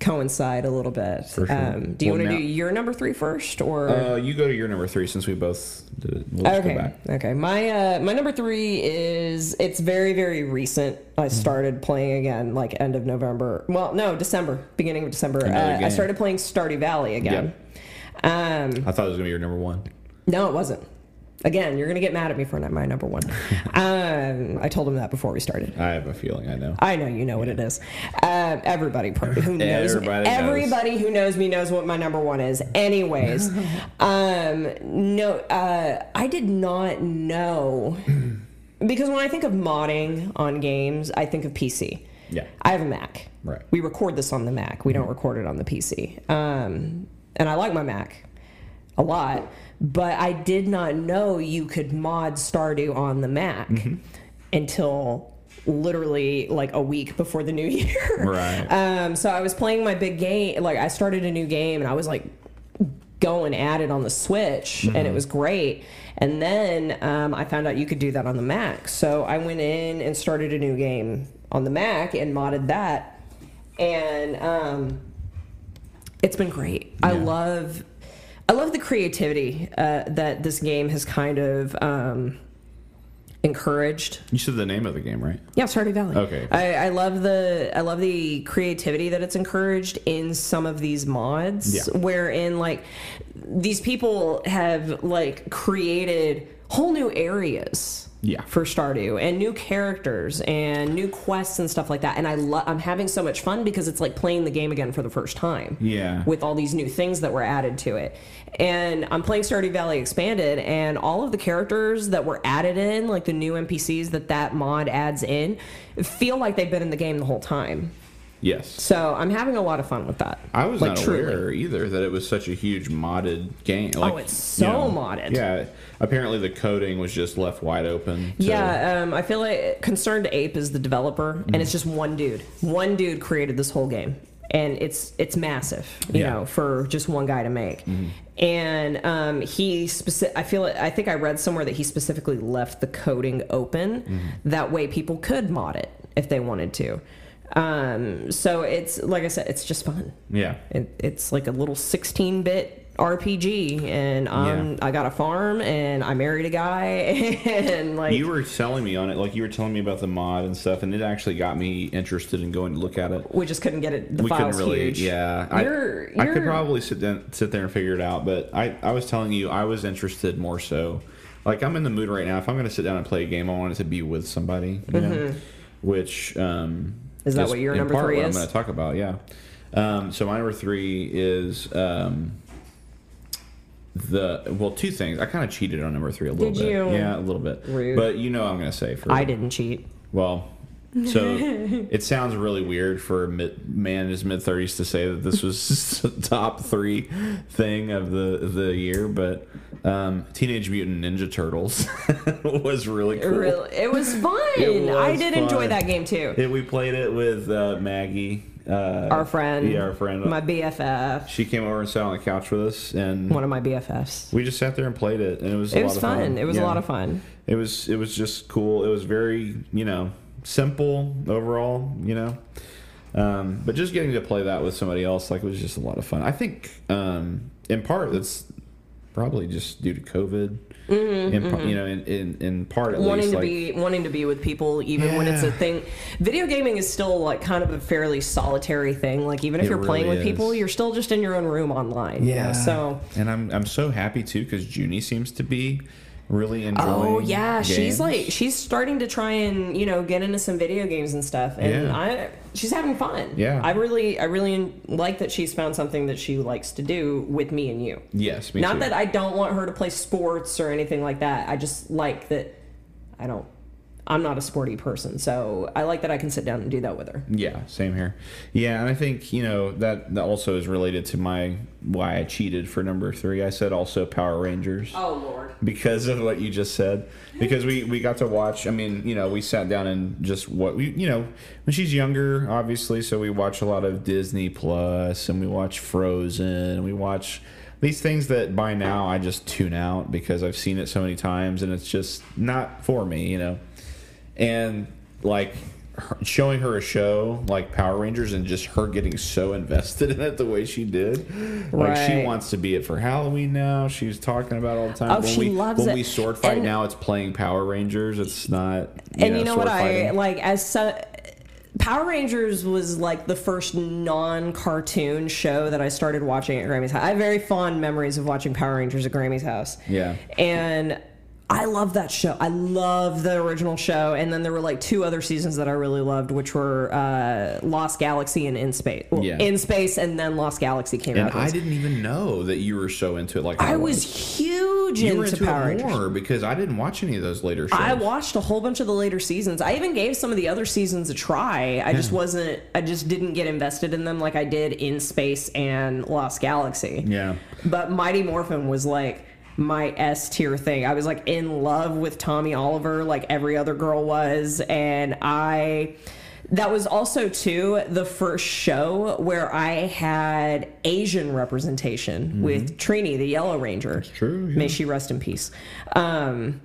Speaker 1: coincide a little bit.
Speaker 2: For sure.
Speaker 1: Um, do you
Speaker 2: Well,
Speaker 1: want to
Speaker 2: now-
Speaker 1: do your number three first, or
Speaker 2: Uh, you go to your number three since we both did, we'll just go
Speaker 1: okay.
Speaker 2: back.
Speaker 1: Okay. My uh, my number three is it's very very recent.
Speaker 2: Mm-hmm.
Speaker 1: I started playing again like end of November. Well, no, December, beginning of December.
Speaker 2: Another
Speaker 1: Uh, I
Speaker 2: game.
Speaker 1: started playing Stardew Valley again. Um,
Speaker 2: I thought it was gonna be your number one.
Speaker 1: no, it wasn't. Again, you're gonna get mad at me for not my number one. um, I told him that before we started.
Speaker 2: I have a feeling I know.
Speaker 1: I know you know what it is. Um, everybody probably who knows
Speaker 2: Everybody knows.
Speaker 1: everybody who knows me knows what my number one is. Anyways, um, no, uh, I did not know because when I think of modding on games, I think of PC.
Speaker 2: Yeah.
Speaker 1: I have a Mac.
Speaker 2: Right.
Speaker 1: We record this on the Mac. We don't record it on the PC. Um, and I like my Mac a lot, but I did not know you could mod Stardew on the Mac until literally like a week before the new year.
Speaker 2: Right.
Speaker 1: Um, so I was playing my big game. Like I started a new game and I was like going at it on the Switch and
Speaker 2: Mm-hmm.
Speaker 1: it was great. And then um, I found out you could do that on the Mac. So I went in and started a new game on the Mac and modded that. And um, it's been great. I
Speaker 2: Yeah.
Speaker 1: love. I love the creativity uh, that this game has kind of um, encouraged
Speaker 2: You said the name of the game, right?
Speaker 1: yeah, Stardew Valley.
Speaker 2: Okay.
Speaker 1: I, I love the I love the creativity that it's encouraged in some of these mods,
Speaker 2: Yeah.
Speaker 1: wherein like these people have like created whole new areas.
Speaker 2: Yeah.
Speaker 1: For Stardew and new characters and new quests and stuff like that, and I lo- I'm having so much fun because it's like playing the game again for the first time
Speaker 2: Yeah.
Speaker 1: with all these new things that were added to it. And I'm playing Stardew Valley Expanded, and all of the characters that were added in, like the new NPCs that that mod adds in, feel like they've been in the game the whole time.
Speaker 2: yes.
Speaker 1: So I'm having a lot of fun with that.
Speaker 2: I was
Speaker 1: like,
Speaker 2: not
Speaker 1: truly.
Speaker 2: aware either that it was such a huge modded game. Like,
Speaker 1: Oh, it's so
Speaker 2: you know,
Speaker 1: modded.
Speaker 2: Yeah. Apparently the coding was just left wide open. to-
Speaker 1: Yeah, um, I feel like Concerned Ape is the developer, and it's just one dude. One dude created this whole game, and it's it's massive, you
Speaker 2: Yeah. Mm-hmm.
Speaker 1: know, for just one guy to make. And um, he specific. I feel. I think I read somewhere that he specifically left the coding open.
Speaker 2: Mm-hmm.
Speaker 1: That way, people could mod it if they wanted to. Um, so it's like I said, it's just fun.
Speaker 2: Yeah.
Speaker 1: It, it's like a little 16 bit RPG, and um, I got a farm, and I married a guy, and like
Speaker 2: You were selling me on it, like you were telling me about the mod and stuff, and it actually got me interested in going to look at it.
Speaker 1: we just couldn't get it. The
Speaker 2: we couldn't
Speaker 1: file's
Speaker 2: really,
Speaker 1: huge.
Speaker 2: yeah.
Speaker 1: You're-
Speaker 2: I, I
Speaker 1: you're-
Speaker 2: could probably sit down, sit there and figure it out, but I, I was telling you, I was interested more so. Like I'm in the mood right now. If I'm going to sit down and play a game, I want it to be with somebody. You know? Which um,
Speaker 1: Mm-hmm. Is that what your
Speaker 2: in
Speaker 1: number
Speaker 2: part
Speaker 1: three
Speaker 2: what
Speaker 1: is?
Speaker 2: I'm going to talk about. Yeah. Um, so my number three is um, the well, two things. I kind of cheated on number three a little
Speaker 1: Did
Speaker 2: bit.
Speaker 1: you?
Speaker 2: Yeah, a little bit.
Speaker 1: Rude.
Speaker 2: But you know, what I'm going to say for
Speaker 1: I didn't cheat.
Speaker 2: well, so it sounds really weird for a mid, man in his mid thirties to say that this was the top three thing of the the year, but um, Teenage Mutant Ninja Turtles was really cool.
Speaker 1: Really, it was fun.
Speaker 2: It was
Speaker 1: I did enjoy
Speaker 2: fun.
Speaker 1: that game too.
Speaker 2: Yeah, we played it with uh, Maggie, uh,
Speaker 1: our friend,
Speaker 2: yeah, our friend.
Speaker 1: my BFF,
Speaker 2: she came over and sat on the couch with us, and
Speaker 1: one of my BFFs.
Speaker 2: we just sat there and played it, and it was a
Speaker 1: It
Speaker 2: lot
Speaker 1: was
Speaker 2: of
Speaker 1: fun. It was a
Speaker 2: Yeah.
Speaker 1: lot of fun.
Speaker 2: It was it was just cool. It was very you know simple overall. You know, um, but just getting to play that with somebody else like was just a lot of fun. I think um, in part that's probably just due to COVID. in, par- You know, in in, in part at
Speaker 1: Mm-hmm, wanting
Speaker 2: least
Speaker 1: to
Speaker 2: like
Speaker 1: be wanting to be with people even when it's a
Speaker 2: Yeah.
Speaker 1: thing video gaming is still like kind of a fairly solitary thing like even if
Speaker 2: It
Speaker 1: you're playing
Speaker 2: really
Speaker 1: with people
Speaker 2: is.
Speaker 1: you're still just in your own room online you know, so
Speaker 2: and I'm I'm so happy too because Junie seems to be really enjoying.
Speaker 1: Oh yeah, she's
Speaker 2: games.
Speaker 1: like she's starting to try and you know get into some video games and stuff, and
Speaker 2: Yeah.
Speaker 1: I she's having fun.
Speaker 2: Yeah.
Speaker 1: I really I really like that she's found something that she likes to do with me and you.
Speaker 2: yes, me
Speaker 1: Not
Speaker 2: too.
Speaker 1: that I don't want her to play sports or anything like that. I just like that I don't. I'm not a sporty person, so I like that I can sit down and do that with her.
Speaker 2: Yeah, same here. Yeah, and I think you know that that also is related to my why I cheated for number three. I said also Power Rangers
Speaker 1: Oh lord.
Speaker 2: because of what you just said. Because we we got to watch. I mean, you know, we sat down and just what we you know when she's younger, obviously. So we watch a lot of Disney Plus, and we watch Frozen, and we watch these things that by now I just tune out because I've seen it so many times, and it's just not for me, you know. And like her, showing her a show like Power Rangers and just her getting so invested in it the way she did. Like she
Speaker 1: Right.
Speaker 2: wants to be it for Halloween now. She's talking about it all the time.
Speaker 1: Oh, she
Speaker 2: we,
Speaker 1: loves
Speaker 2: when
Speaker 1: it.
Speaker 2: we sword fight
Speaker 1: And-
Speaker 2: now, it's playing Power Rangers. It's not. You
Speaker 1: and you know
Speaker 2: sword
Speaker 1: what I
Speaker 2: fighting.
Speaker 1: like as so, Power Rangers was like the first non-cartoon show that I started watching at Grammy's house. I have very fond memories of watching Power Rangers at Grammy's house.
Speaker 2: Yeah.
Speaker 1: and I love that show. I love the original show, and then there were like two other seasons that I really loved, which were uh, Lost Galaxy and In Space. Well,
Speaker 2: Yeah.
Speaker 1: In Space, and then Lost Galaxy came
Speaker 2: And
Speaker 1: out.
Speaker 2: I didn't even know that you were so into it. Like
Speaker 1: I was huge
Speaker 2: You were
Speaker 1: into,
Speaker 2: into
Speaker 1: Power
Speaker 2: it
Speaker 1: Rangers.
Speaker 2: more because I didn't watch any of those later shows.
Speaker 1: I watched a whole bunch of the later seasons. I even gave some of the other seasons a try. I
Speaker 2: Hmm.
Speaker 1: just wasn't. I just didn't get invested in them like I did in Space and Lost Galaxy.
Speaker 2: yeah.
Speaker 1: But Mighty Morphin was like my S tier thing. I was like in love with Tommy Oliver, like every other girl was, and I. That was also too the first show where I had Asian representation with Trini, the Yellow Ranger.
Speaker 2: Mm-hmm. true, yeah.
Speaker 1: May she rest in peace. Um,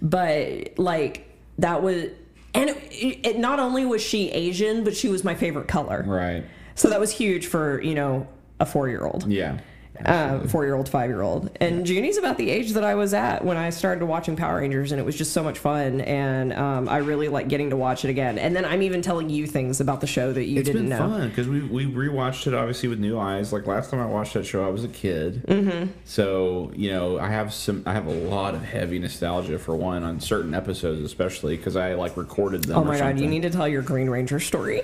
Speaker 1: but like that was, and it, it not only was she Asian, but she was my favorite color.
Speaker 2: Right.
Speaker 1: So that was huge for you know a four year old
Speaker 2: Yeah.
Speaker 1: um, four year old, five year old. And Junie's about the age that I was at when I started watching Power Rangers, and it was just so much fun. And um, I really like getting to watch it again. And then I'm even telling you things about the show that you
Speaker 2: It's
Speaker 1: didn't know.
Speaker 2: been fun because we we rewatched it obviously with new eyes. Like last time I watched that show, I was a kid.
Speaker 1: Mm-hmm.
Speaker 2: So you know, I have some, I have a lot of heavy nostalgia for one on certain episodes, especially because I like recorded them.
Speaker 1: Oh
Speaker 2: or
Speaker 1: my god, you
Speaker 2: something.
Speaker 1: need to tell your Green Ranger story.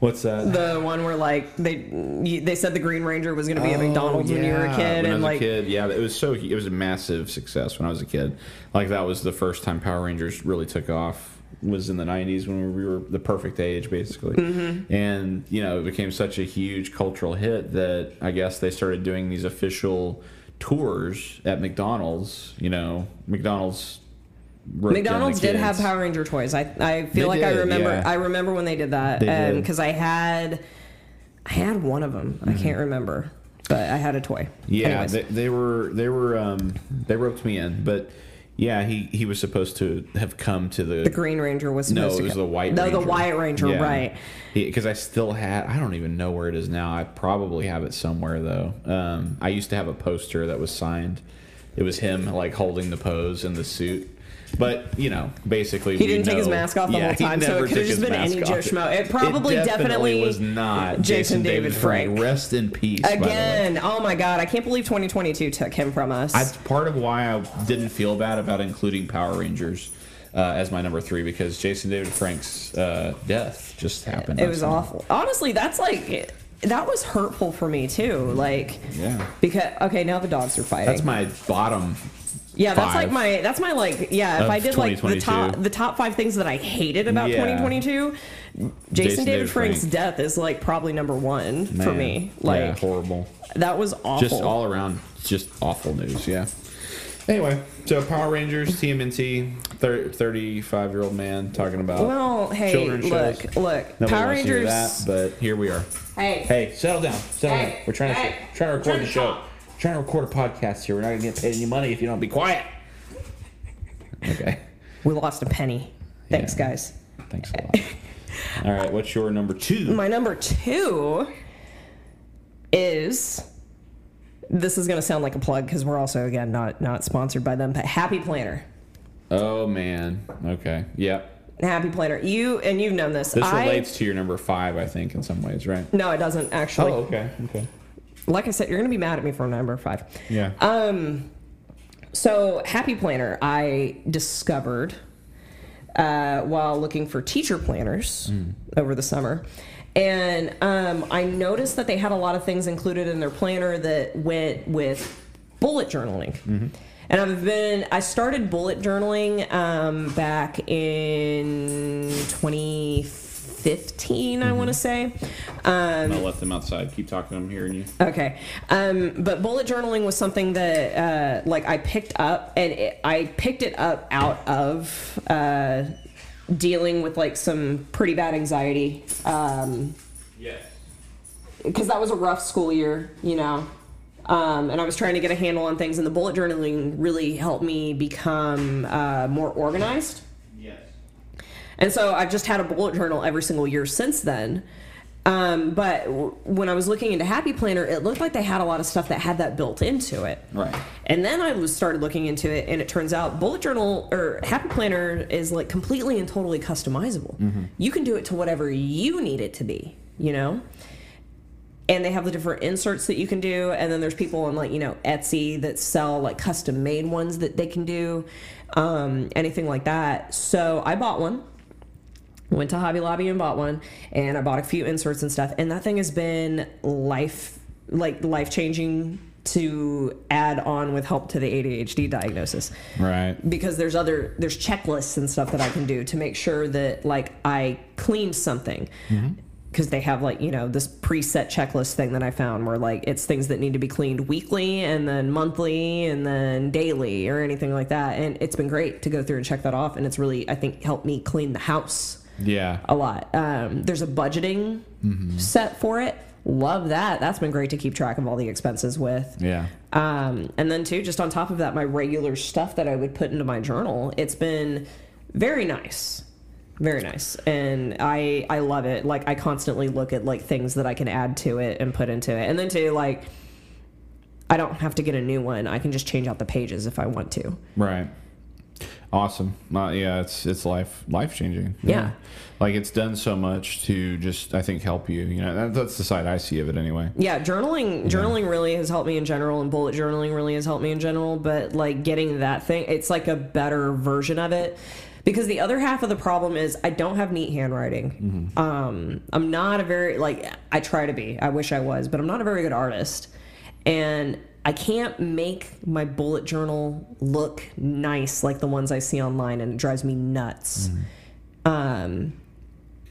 Speaker 2: what's that?
Speaker 1: The one where like they you- they said the Green Ranger was going to be a McDonald's
Speaker 2: Oh,
Speaker 1: when you were a
Speaker 2: yeah.
Speaker 1: kid,
Speaker 2: When
Speaker 1: and
Speaker 2: I was
Speaker 1: like
Speaker 2: a kid, yeah, it was so it was a massive success when I was a kid. Like that was the first time Power Rangers really took off was in the 90s when we were the perfect age basically
Speaker 1: Mm-hmm.
Speaker 2: and you know it became such a huge cultural hit that i guess they started doing these official tours at mcdonald's you know mcdonald's roped in the
Speaker 1: McDonald's did have
Speaker 2: kids.
Speaker 1: Power Ranger toys. I I feel
Speaker 2: They
Speaker 1: like I
Speaker 2: did,
Speaker 1: remember
Speaker 2: yeah.
Speaker 1: I remember when they did that,
Speaker 2: They
Speaker 1: and
Speaker 2: did. Mm-hmm.
Speaker 1: because I had I had one of them. I can't remember, but I had a toy.
Speaker 2: Yeah,
Speaker 1: Anyways.
Speaker 2: they, they were they were um, they roped me in, but yeah, he he was supposed to have come to the,
Speaker 1: The Green Ranger was
Speaker 2: no,
Speaker 1: supposed
Speaker 2: it
Speaker 1: to
Speaker 2: was
Speaker 1: go-
Speaker 2: the white
Speaker 1: no,
Speaker 2: Ranger.
Speaker 1: the White Ranger, right?
Speaker 2: Because I still had I don't even know where it is now. I probably have it somewhere though. Um, I used to have a poster that was signed. It was him like holding the pose in the suit. But you know, basically,
Speaker 1: He didn't take his mask off the whole time, so it could have just been any Joe Schmo. It probably definitely
Speaker 2: was not
Speaker 1: Jason David Frank.
Speaker 2: Rest in peace. by the way.
Speaker 1: Again, oh my god, I can't believe 2022 took him from us.
Speaker 2: That's part of why I didn't feel bad about including Power Rangers uh, as my number three because Jason David Frank's uh, death just happened.
Speaker 1: it was
Speaker 2: last night.
Speaker 1: awful. Honestly, that's like that was hurtful for me too. Like,
Speaker 2: Yeah.
Speaker 1: because okay, now the dogs are fighting.
Speaker 2: That's my bottom.
Speaker 1: yeah, that's like
Speaker 2: five.
Speaker 1: my that's my like yeah. If
Speaker 2: Of
Speaker 1: I did like the top
Speaker 2: 2022.
Speaker 1: the top five things that I hated about
Speaker 2: Yeah.
Speaker 1: 2022, Jason, David,
Speaker 2: Jason David
Speaker 1: Frank's
Speaker 2: Frank.
Speaker 1: death is like probably number one for
Speaker 2: Man.
Speaker 1: me.
Speaker 2: yeah,
Speaker 1: Like
Speaker 2: horrible.
Speaker 1: that was awful.
Speaker 2: Just all around, just awful news. Yeah. Anyway, so Power Rangers, TMNT, thir- 35 year old man talking about.
Speaker 1: Well, hey,
Speaker 2: children's
Speaker 1: look,
Speaker 2: shows.
Speaker 1: look,
Speaker 2: Nobody
Speaker 1: Power
Speaker 2: wants to hear
Speaker 1: Rangers.
Speaker 2: that, but here we are.
Speaker 1: Hey.
Speaker 2: Hey, settle down. Settle
Speaker 1: Hey.
Speaker 2: down. We're trying to
Speaker 1: Hey.
Speaker 2: trying to record
Speaker 1: Trying
Speaker 2: the
Speaker 1: to
Speaker 2: show.
Speaker 1: talk.
Speaker 2: Trying to record a podcast here. We're not gonna get paid any money if you don't be quiet. Okay.
Speaker 1: We lost a penny. Thanks,
Speaker 2: Yeah.
Speaker 1: guys.
Speaker 2: Thanks a lot. All right, what's your number two?
Speaker 1: My number two is. This is going to sound like a plug because we're also again not not sponsored by them, but Happy Planner,
Speaker 2: Oh man. Okay. Yep.
Speaker 1: Happy Planner. You and you've known this.
Speaker 2: This
Speaker 1: I,
Speaker 2: relates to your number five, I think, in some ways, right?
Speaker 1: No, it doesn't actually.
Speaker 2: Oh, okay. Okay.
Speaker 1: Like I said, you're going to be mad at me for number five.
Speaker 2: Yeah.
Speaker 1: Uh, So, Happy Planner, I discovered uh, while looking for teacher planners over the summer. And um, I noticed that they had a lot of things included in their planner that went with bullet journaling. And I've been, I started bullet journaling um, back in 2015, I want to say. Um,
Speaker 2: I'm gonna let them outside. Keep talking. I'm hearing you.
Speaker 1: Okay. Um, but bullet journaling was something that uh, like I picked up and it, I picked it up out of uh, dealing with like some pretty bad anxiety um,
Speaker 2: Yes.
Speaker 1: because that was a rough school year, you know. Um, and I was trying to get a handle on things, and the bullet journaling really helped me become uh, more organized.
Speaker 2: Yes.
Speaker 1: And so I've just had a bullet journal every single year since then. Um, but w- when I was looking into Happy Planner, it looked like they had a lot of stuff that had that built into it.
Speaker 2: Right.
Speaker 1: And then I was started looking into it, and it turns out bullet journal or Happy Planner is like completely and totally customizable. You can do it to whatever you need it to be, you know. And they have the different inserts that you can do, and then there's people on like you know Etsy that sell like custom made ones that they can do, um, anything like that. So I bought one went to Hobby Lobby and bought one, and I bought a few inserts and stuff. And that thing has been life, like life changing to add on with help to the ADHD diagnosis
Speaker 2: Right.
Speaker 1: because there's other there's checklists and stuff that I can do to make sure that like I cleaned something. Because they have like you know this preset checklist thing that I found where like it's things that need to be cleaned weekly and then monthly and then daily or anything like that, and it's been great to go through and check that off, and it's really I think helped me clean the house
Speaker 2: Yeah.
Speaker 1: a lot. Um, there's a budgeting set for it. Love that. That's been great to keep track of all the expenses with.
Speaker 2: Yeah.
Speaker 1: Um, and then too, just on top of that, my regular stuff that I would put into my journal. It's been very nice, very nice, and I I love it. Like I constantly look at like things that I can add to it and put into it, and then too like. I don't have to get a new one. I can just change out the pages if I want to.
Speaker 2: Right. Awesome. Uh, yeah, it's it's life life changing.
Speaker 1: Yeah.
Speaker 2: Like it's done so much to just I think help you. You know that, that's the side I see of it anyway.
Speaker 1: yeah journaling journaling really has helped me in general and bullet journaling really has helped me in general but like getting that thing it's like a better version of it because the other half of the problem is i don't have neat handwriting um, i'm not a very like i try to be i wish i was but i'm not a very good artist and i can't make my bullet journal look nice like the ones i see online and it drives me nuts um,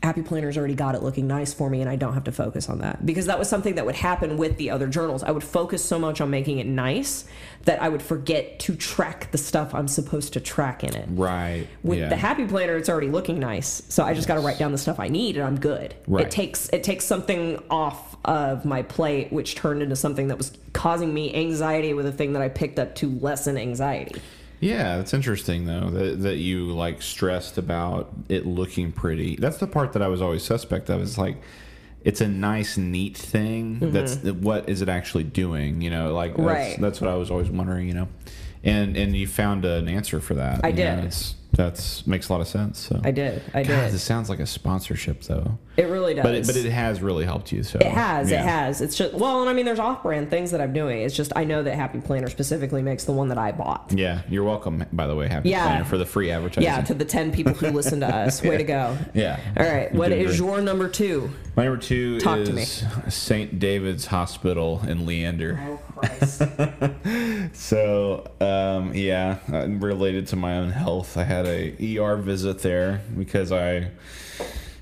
Speaker 1: Happy Planner's already got it looking nice for me, and I don't have to focus on that because that was something that would happen with the other journals. I would focus so much on making it nice that I would forget to track the stuff I'm supposed to track in it.
Speaker 2: Right.
Speaker 1: With
Speaker 2: yeah.
Speaker 1: the Happy Planner, it's already looking nice, so I just got to write down the stuff I need, and I'm good.
Speaker 2: Right.
Speaker 1: It takes it takes something off of my plate, which turned into something that was causing me anxiety with a thing that I picked up to lessen anxiety.
Speaker 2: Yeah, that's interesting though that, that you like stressed about it looking pretty. That's the part that I was always suspect of. Is like it's a nice, neat thing. That's what is it actually doing? You know, like that's,
Speaker 1: Mm-hmm. Right.
Speaker 2: that's what I was always wondering. You know, and and you found an answer for that.
Speaker 1: I
Speaker 2: you know,
Speaker 1: did.
Speaker 2: it's, that's makes a lot of sense. So
Speaker 1: I did. I
Speaker 2: God,
Speaker 1: did.
Speaker 2: this sounds like a sponsorship though.
Speaker 1: It really does.
Speaker 2: But it, but it has really helped you. So
Speaker 1: It has,
Speaker 2: yeah.
Speaker 1: it has. It's just well, and I mean, there's off-brand things that I'm doing. It's just I know that Happy Planner specifically makes the one that I bought.
Speaker 2: Yeah, you're welcome. By the way, happy
Speaker 1: Yeah.
Speaker 2: planner for the free advertising.
Speaker 1: Yeah, to the ten people who listen to us, way to go!
Speaker 2: yeah.
Speaker 1: All right, what
Speaker 2: Doing
Speaker 1: is
Speaker 2: great.
Speaker 1: your number two?
Speaker 2: My number two
Speaker 1: Talk to
Speaker 2: is St. David's Hospital in Leander.
Speaker 1: Oh Christ!
Speaker 2: So, um, yeah, uh, related to my own health, I had a ER visit there because I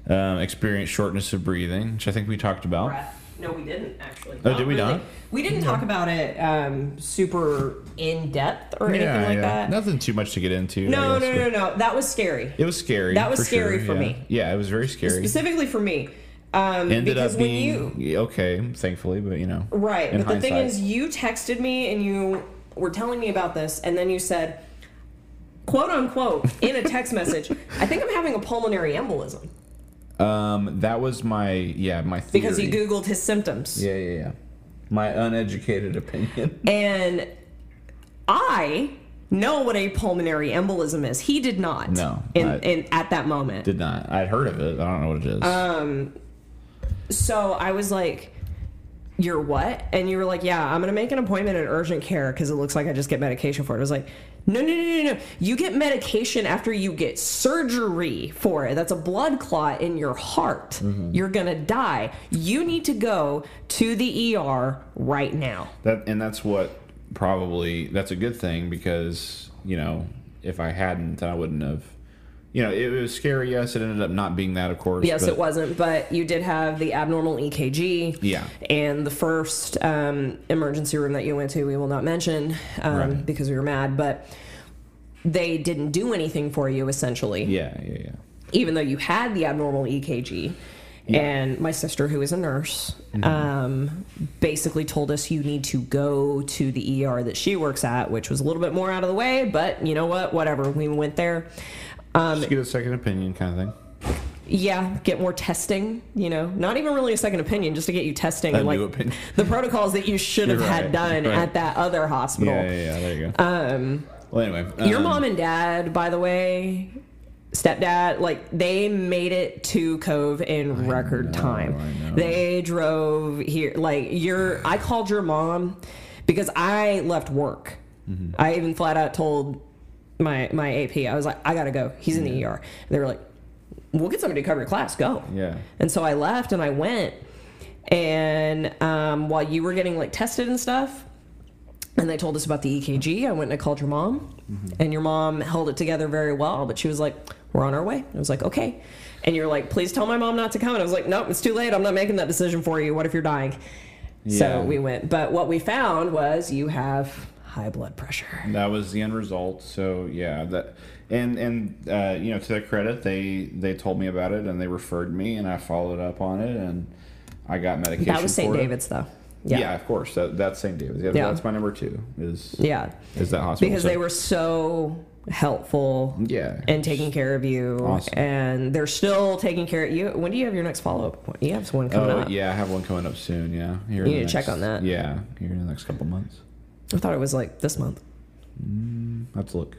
Speaker 2: um, experienced shortness of breathing, which I think we talked about.
Speaker 1: No, we didn't actually.
Speaker 2: Oh, did we not?
Speaker 1: We didn't talk about it um, super in depth or anything like that. No,
Speaker 2: Nothing too much to get into. I
Speaker 1: no,
Speaker 2: guess,
Speaker 1: no,
Speaker 2: but
Speaker 1: no, no. That was scary,
Speaker 2: It was scary.
Speaker 1: That was
Speaker 2: for
Speaker 1: scary
Speaker 2: sure,
Speaker 1: for
Speaker 2: yeah.
Speaker 1: me.
Speaker 2: Yeah, it was very scary.
Speaker 1: specifically for me. Um,
Speaker 2: Ended
Speaker 1: because
Speaker 2: up
Speaker 1: when
Speaker 2: being
Speaker 1: you
Speaker 2: okay, thankfully, but you know.
Speaker 1: Right.
Speaker 2: in
Speaker 1: but the thing is,
Speaker 2: hindsight.
Speaker 1: you texted me and you were telling me about this, and then you said, quote unquote, in a text message, I think I'm having a pulmonary embolism
Speaker 2: um, that was my yeah my theory.
Speaker 1: because you Googled his symptoms.
Speaker 2: Yeah, yeah, yeah. My uneducated opinion.
Speaker 1: And I know what a pulmonary embolism is. He did not.
Speaker 2: No,
Speaker 1: In,
Speaker 2: I-
Speaker 1: in, at that moment.
Speaker 2: Did not. I'd heard of it. I don't know what it is.
Speaker 1: Uh, so I was like, "You're what?" And you were like, "Yeah, I'm gonna make an appointment at urgent care because it looks like I just get medication for it." I was like, "No, no, no, no, no! You get medication after you get surgery for it. That's a blood clot in your heart. You're gonna die. You need to go to the ER right now."
Speaker 2: that and that's what probably that's a good thing because you know if I hadn't, then I wouldn't have. You know, it, was scary. Yes, it ended up not being that, of course.
Speaker 1: Yes,
Speaker 2: but
Speaker 1: it wasn't, but you did have the abnormal EKG.
Speaker 2: Yeah.
Speaker 1: And the first um, emergency room that you went to, we will not mention um,
Speaker 2: Right.
Speaker 1: because we were mad, but they didn't do anything for you essentially,
Speaker 2: Yeah, yeah, yeah.
Speaker 1: even though you had the abnormal EKG. And my sister, who is a nurse,
Speaker 2: Mm-hmm.
Speaker 1: um, basically told us you need to go to E the ER that she works at, which was a little bit more out of the way, but you know what? Whatever. We went there.
Speaker 2: Just get a second opinion kind of thing.
Speaker 1: yeah, get more testing, you know, not even really a second opinion, just to get you testing
Speaker 2: A
Speaker 1: and like
Speaker 2: new opinion.
Speaker 1: the protocols that you should have
Speaker 2: You're
Speaker 1: had
Speaker 2: right,
Speaker 1: done
Speaker 2: you're right.
Speaker 1: at that other hospital.
Speaker 2: Yeah, yeah, yeah. There you go. Um. Well, anyway,
Speaker 1: Your
Speaker 2: um,
Speaker 1: mom and dad, by the way, stepdad, like they made it to Cove in record
Speaker 2: know,
Speaker 1: time.
Speaker 2: I know.
Speaker 1: They drove here. Like your, I called your mom because I left work.
Speaker 2: Mm-hmm.
Speaker 1: I even flat out told my my AP, I was like, I gotta go. He's in the ER. And they were like, We'll get somebody to cover your class. Go.
Speaker 2: Yeah.
Speaker 1: And so I left and I went. And um, while you were getting like tested and stuff, and they told us about the EKG, I went and I called your mom.
Speaker 2: Mm-hmm.
Speaker 1: And your mom held it together very well, but she was like, We're on our way. I was like, Okay. And you're like, Please tell my mom not to come. And I was like, Nope, it's too late. I'm not making that decision for you. What if you're dying?
Speaker 2: Yeah.
Speaker 1: So we went. But what we found was you have high blood pressure.
Speaker 2: That was the end result. So yeah, that and and uh, you know to their credit, they they told me about it and they referred me and I followed up on it and I got medication.
Speaker 1: That was St.
Speaker 2: for it.
Speaker 1: David's, though.
Speaker 2: Yeah.
Speaker 1: Yeah. Yeah.
Speaker 2: of course. That, that's St. David's. Yeah,
Speaker 1: Yeah.
Speaker 2: that's my number two. Is is that hospital?
Speaker 1: Because
Speaker 2: So-
Speaker 1: they were so helpful.
Speaker 2: yeah
Speaker 1: and taking care of you.
Speaker 2: Awesome.
Speaker 1: And they're still taking care of you. When do you have your next follow up? You have one coming
Speaker 2: Oh
Speaker 1: up.
Speaker 2: yeah, I have one coming up soon. Yeah, here
Speaker 1: You need to check on that.
Speaker 2: Yeah, here in the next couple months.
Speaker 1: I thought it was like this month.
Speaker 2: I have to look.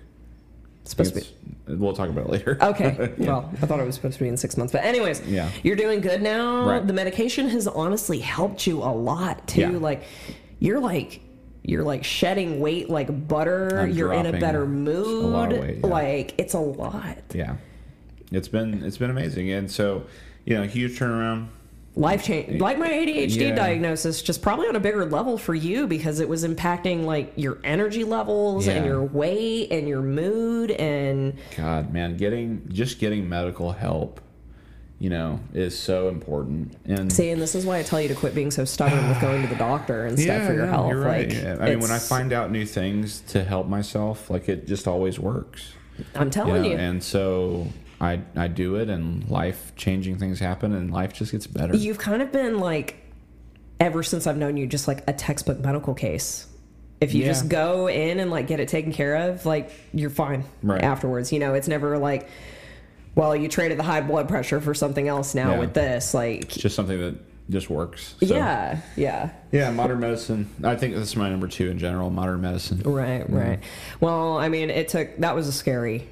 Speaker 1: It's supposed to be.
Speaker 2: It's- We'll talk about it later.
Speaker 1: Okay. Well, I thought it was supposed to be in six months. But, anyways,
Speaker 2: Yeah.
Speaker 1: you're doing good now.
Speaker 2: Right.
Speaker 1: The medication has honestly helped you a lot, too.
Speaker 2: Yeah.
Speaker 1: Like, you're like, you're like shedding weight like butter.
Speaker 2: I'm
Speaker 1: you're in a
Speaker 2: dropping
Speaker 1: better
Speaker 2: a
Speaker 1: mood.
Speaker 2: lot of weight, yeah.
Speaker 1: Like, it's a lot.
Speaker 2: yeah, it's been it's been amazing, and so you know, huge turnaround.
Speaker 1: life change like my ADHD
Speaker 2: Yeah.
Speaker 1: diagnosis just probably on a bigger level for you because it was impacting like your energy levels and
Speaker 2: Yeah.
Speaker 1: your weight and your mood and
Speaker 2: God, man, getting just getting medical help, you know, is so important. And
Speaker 1: see and this is why I tell you to quit being so stubborn with going to the doctor and stuff for your health
Speaker 2: You're right.
Speaker 1: like
Speaker 2: Yeah. I mean, when I
Speaker 1: it's-
Speaker 2: find out new things to help myself, like it just always works.
Speaker 1: I'm
Speaker 2: You
Speaker 1: telling
Speaker 2: know?
Speaker 1: you,
Speaker 2: And so I I do it, and life changing things happen, and life just gets better.
Speaker 1: you've kind of been like ever since I've known you just like a textbook medical case if you
Speaker 2: Yeah.
Speaker 1: just go in and like get it taken care of like you're fine
Speaker 2: Right.
Speaker 1: afterwards you know it's never like well you traded the high blood pressure for something else now
Speaker 2: Yeah.
Speaker 1: with this like
Speaker 2: It's just something that just works. So-
Speaker 1: yeah yeah
Speaker 2: Yeah, modern medicine. I think that's my number two in general. Modern medicine.
Speaker 1: right right well i mean it took that was a scary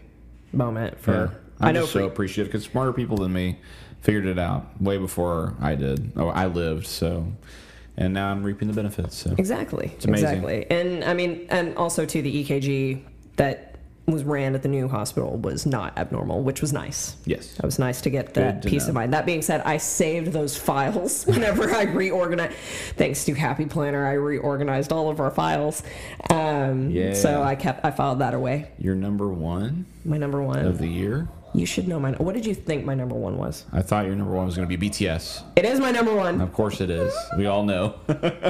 Speaker 1: moment for
Speaker 2: Yeah. I'm
Speaker 1: i know
Speaker 2: just so
Speaker 1: for,
Speaker 2: appreciative because smarter people than me figured it out way before I did. Oh, I lived so, and now I'm reaping the benefits. So
Speaker 1: exactly
Speaker 2: amazing.
Speaker 1: exactly and i mean and also to the ekg that was ran at the new hospital was not abnormal which was nice
Speaker 2: yes,
Speaker 1: That was nice to get that
Speaker 2: Good to
Speaker 1: peace of
Speaker 2: know.
Speaker 1: mind. That being said, I saved those files whenever I reorganized. Thanks to Happy Planner, I reorganized all of our files. Um,
Speaker 2: Yeah.
Speaker 1: So I kept, I filed that away.
Speaker 2: you're number one
Speaker 1: My number one.
Speaker 2: of the year.
Speaker 1: you should know my. What did you think my number one was?
Speaker 2: I thought your number one was going to be BTS.
Speaker 1: It is my number one.
Speaker 2: Of course it is. We all know.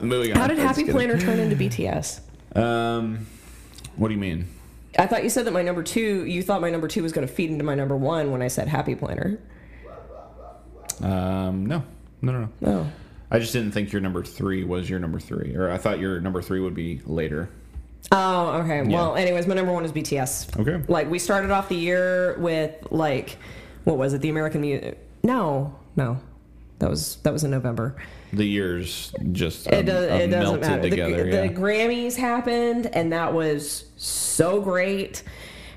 Speaker 2: Moving on.
Speaker 1: How did Happy
Speaker 2: I'm just kidding.
Speaker 1: Planner turn into BTS?
Speaker 2: Um, what do you mean?
Speaker 1: I thought you said that my number two. You thought my number two was going to feed into my number one when I said Happy Planner.
Speaker 2: Um, no, no, no, no.
Speaker 1: Oh.
Speaker 2: I just didn't think your number three was your number three, or I thought your number three would be later.
Speaker 1: Oh, okay. Well, anyways, my number one is BTS.
Speaker 2: Okay.
Speaker 1: Like we started off the year with like, what was it? The American Mu- No, no, that was that was in November.
Speaker 2: The years just
Speaker 1: It, does,
Speaker 2: um,
Speaker 1: it doesn't
Speaker 2: melted
Speaker 1: matter. The-
Speaker 2: together.
Speaker 1: the,
Speaker 2: yeah.
Speaker 1: Grammys happened, and that was so great.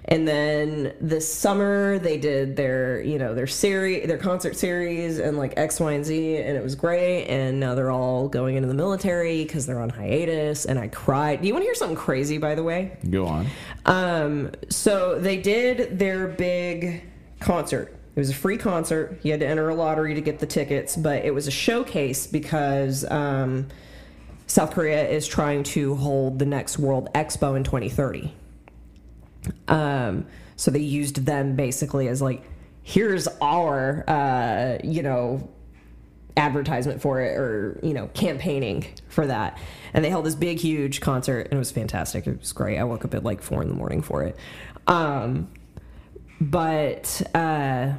Speaker 1: And then this summer they did their you know their series their concert series and like X Y and Z and it was great and now they're all going into the military because they're on hiatus and I cried. Do you want to hear something crazy by the way?
Speaker 2: Go on.
Speaker 1: Um, so they did their big concert. It was a free concert. You had to enter a lottery to get the tickets, but it was a showcase because um, South Korea is trying to hold the next World Expo in 2030. Um, so they used them basically as like, here's our, uh, you know, advertisement for it or you know campaigning for that and they held this big huge concert and it was fantastic it was great i woke up at like four in the morning for it um but uh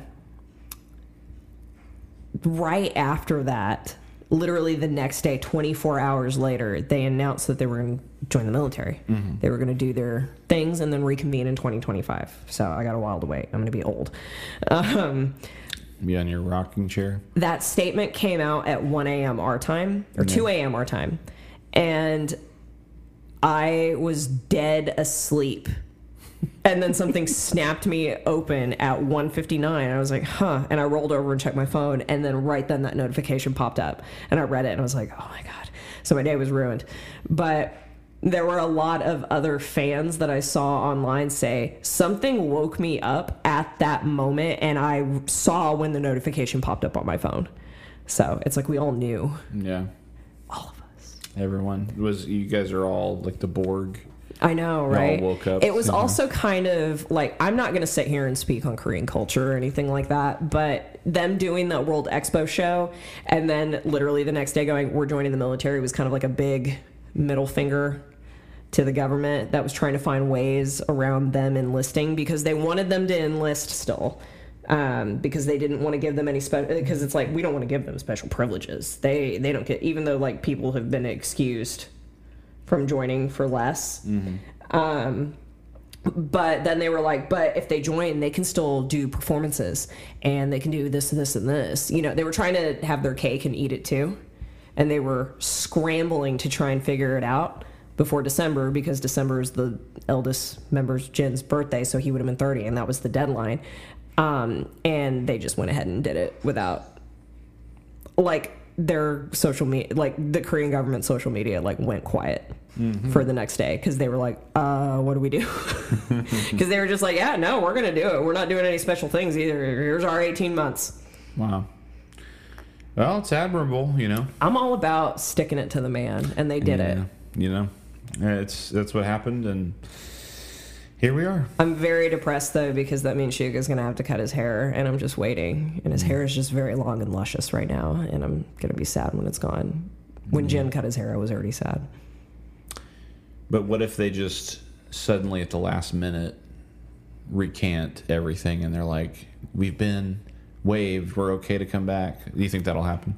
Speaker 1: right after that literally the next day, 24 hours later, they announced that they were going to join the military. They were going to do their things and then reconvene in 2025. So I got a while to wait. I'm going to be old. Um,
Speaker 2: Be on your rocking chair.
Speaker 1: that statement came out at 1 a.m. our time or 2 a.m. our time. And I was dead asleep. And then something snapped me open at 1:59. I was like, "Huh." And I rolled over and checked my phone and then right then that notification popped up and I read it and I was like, "Oh my god." So my day was ruined. But there were a lot of other fans that I saw online say something woke me up at that moment and I saw when the notification popped up on my phone. So, it's like we all knew.
Speaker 2: Yeah.
Speaker 1: All of us.
Speaker 2: Everyone was. You guys are all like the Borg.
Speaker 1: I know,
Speaker 2: all
Speaker 1: right?
Speaker 2: woke up.
Speaker 1: It was
Speaker 2: Mhm.
Speaker 1: also kind of like I'm not going to sit here and speak on Korean culture or anything like that, but them doing that World Expo show and then literally the next day going, "We're joining the military" was kind of like a big middle finger to the government that was trying to find ways around them enlisting because they wanted them to enlist still. Um, because they didn't want to give them any special, because it's like we don't want to give them special privileges. They they don't get even though like people have been excused from joining for less. Um, but then they were like, but if they join, they can still do performances and they can do this, this, and this. You know, they were trying to have their cake and eat it too. And they were scrambling to try and figure it out before December because December is the eldest member's Jen's birthday. So he would have been 30, and that was the deadline. Um, and they just went ahead and did it without like their social media like the korean government social media like went quiet for the next day because they were like uh what do we do because they were just like yeah no we're gonna do it we're not doing any special things either here's our 18 months
Speaker 2: Wow. Well, it's admirable, you know.
Speaker 1: i'm all about sticking it to the man and they did it
Speaker 2: You know, it's that's what happened, and here we are.
Speaker 1: i'm very depressed though because that means shuga's gonna have to cut his hair and i'm just waiting and his hair is just very long and luscious right now and i'm gonna be sad when it's gone when Jin cut his hair, I was already sad.
Speaker 2: But what if they just suddenly at the last minute recant everything and they're like, we've been waived, we're okay to come back? Do you think that'll happen?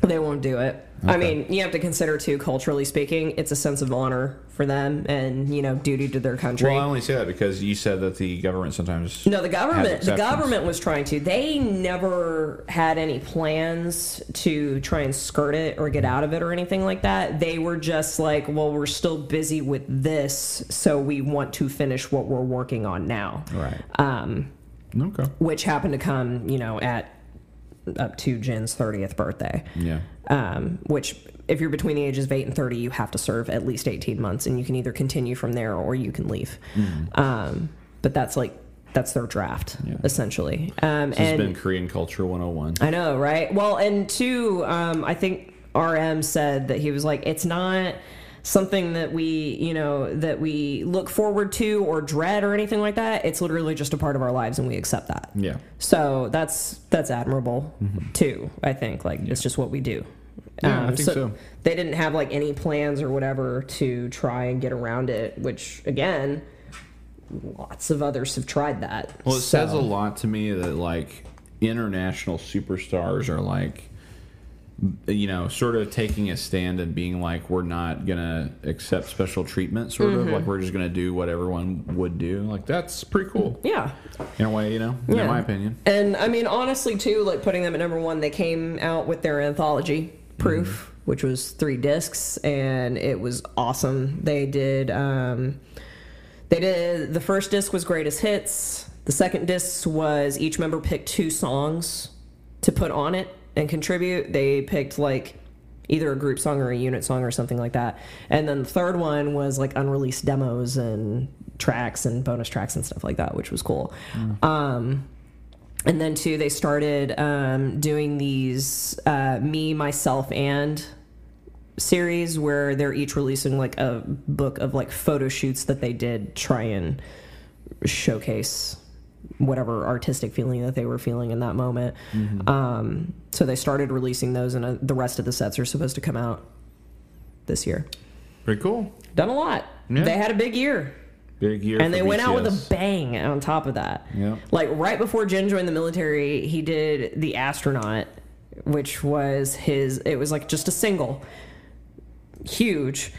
Speaker 1: They won't do it. I mean, you have to consider too, culturally speaking, it's a sense of honor for them and you know duty to their country.
Speaker 2: Well, I only say that because you said that the government sometimes.
Speaker 1: no, the government,
Speaker 2: Has
Speaker 1: the
Speaker 2: exceptions.
Speaker 1: government was trying to. They never had any plans to try and skirt it or get out of it or anything like that. They were just like, well, we're still busy with this, so we want to finish what we're working on now,
Speaker 2: Right.
Speaker 1: um,
Speaker 2: Okay.
Speaker 1: which happened to come, you know, at up to Jen's thirtieth birthday.
Speaker 2: Yeah.
Speaker 1: um, which if you're between the ages of 8 and 30 you have to serve at least 18 months and you can either continue from there or you can leave um, but that's like that's their draft
Speaker 2: Mm. Yeah.
Speaker 1: essentially um, and
Speaker 2: This has been Korean Culture 101.
Speaker 1: i know right well and two um, i think rm said that he was like it's not something that we you know that we look forward to or dread or anything like that it's literally just a part of our lives and we accept that
Speaker 2: Yeah.
Speaker 1: so that's that's admirable too. I think like it's just what we do.
Speaker 2: Mm-hmm.
Speaker 1: Um,
Speaker 2: Yeah, I think so.
Speaker 1: They didn't have like any plans or whatever to try and get around it, which again, lots of others have tried that.
Speaker 2: Well, it
Speaker 1: So-
Speaker 2: says a lot to me that like international superstars are like, you know, sort of taking a stand and being like, we're not gonna accept special treatment, sort of
Speaker 1: Mm-hmm.
Speaker 2: like we're just gonna do what everyone would do. Like that's pretty cool
Speaker 1: yeah.
Speaker 2: in a way, you know,
Speaker 1: Yeah.
Speaker 2: in my opinion.
Speaker 1: And I mean, honestly, too, like putting them at number one, they came out with their anthology proof,
Speaker 2: Mm-hmm.
Speaker 1: which was three discs, and it was awesome. They did. Um, They did the first disc was greatest hits. The second disc was each member picked two songs to put on it and contribute. They picked like either a group song or a unit song or something like that. And then the third one was like unreleased demos and tracks and bonus tracks and stuff like that, which was cool.
Speaker 2: Mm.
Speaker 1: Um, and then too, they started um, doing these uh, me, myself, and series where they're each releasing like a book of like photo shoots that they did try and showcase whatever artistic feeling that they were feeling in that moment. Um, so they started releasing those, and uh, the rest of the sets are supposed to come out this year.
Speaker 2: Pretty cool.
Speaker 1: Done a lot.
Speaker 2: Yeah.
Speaker 1: They had a big year,
Speaker 2: Big year.
Speaker 1: and they went out with a bang. On top of that,
Speaker 2: Yeah.
Speaker 1: like right before Jen joined the military, he did the astronaut, which was his. It was like just a single, huge.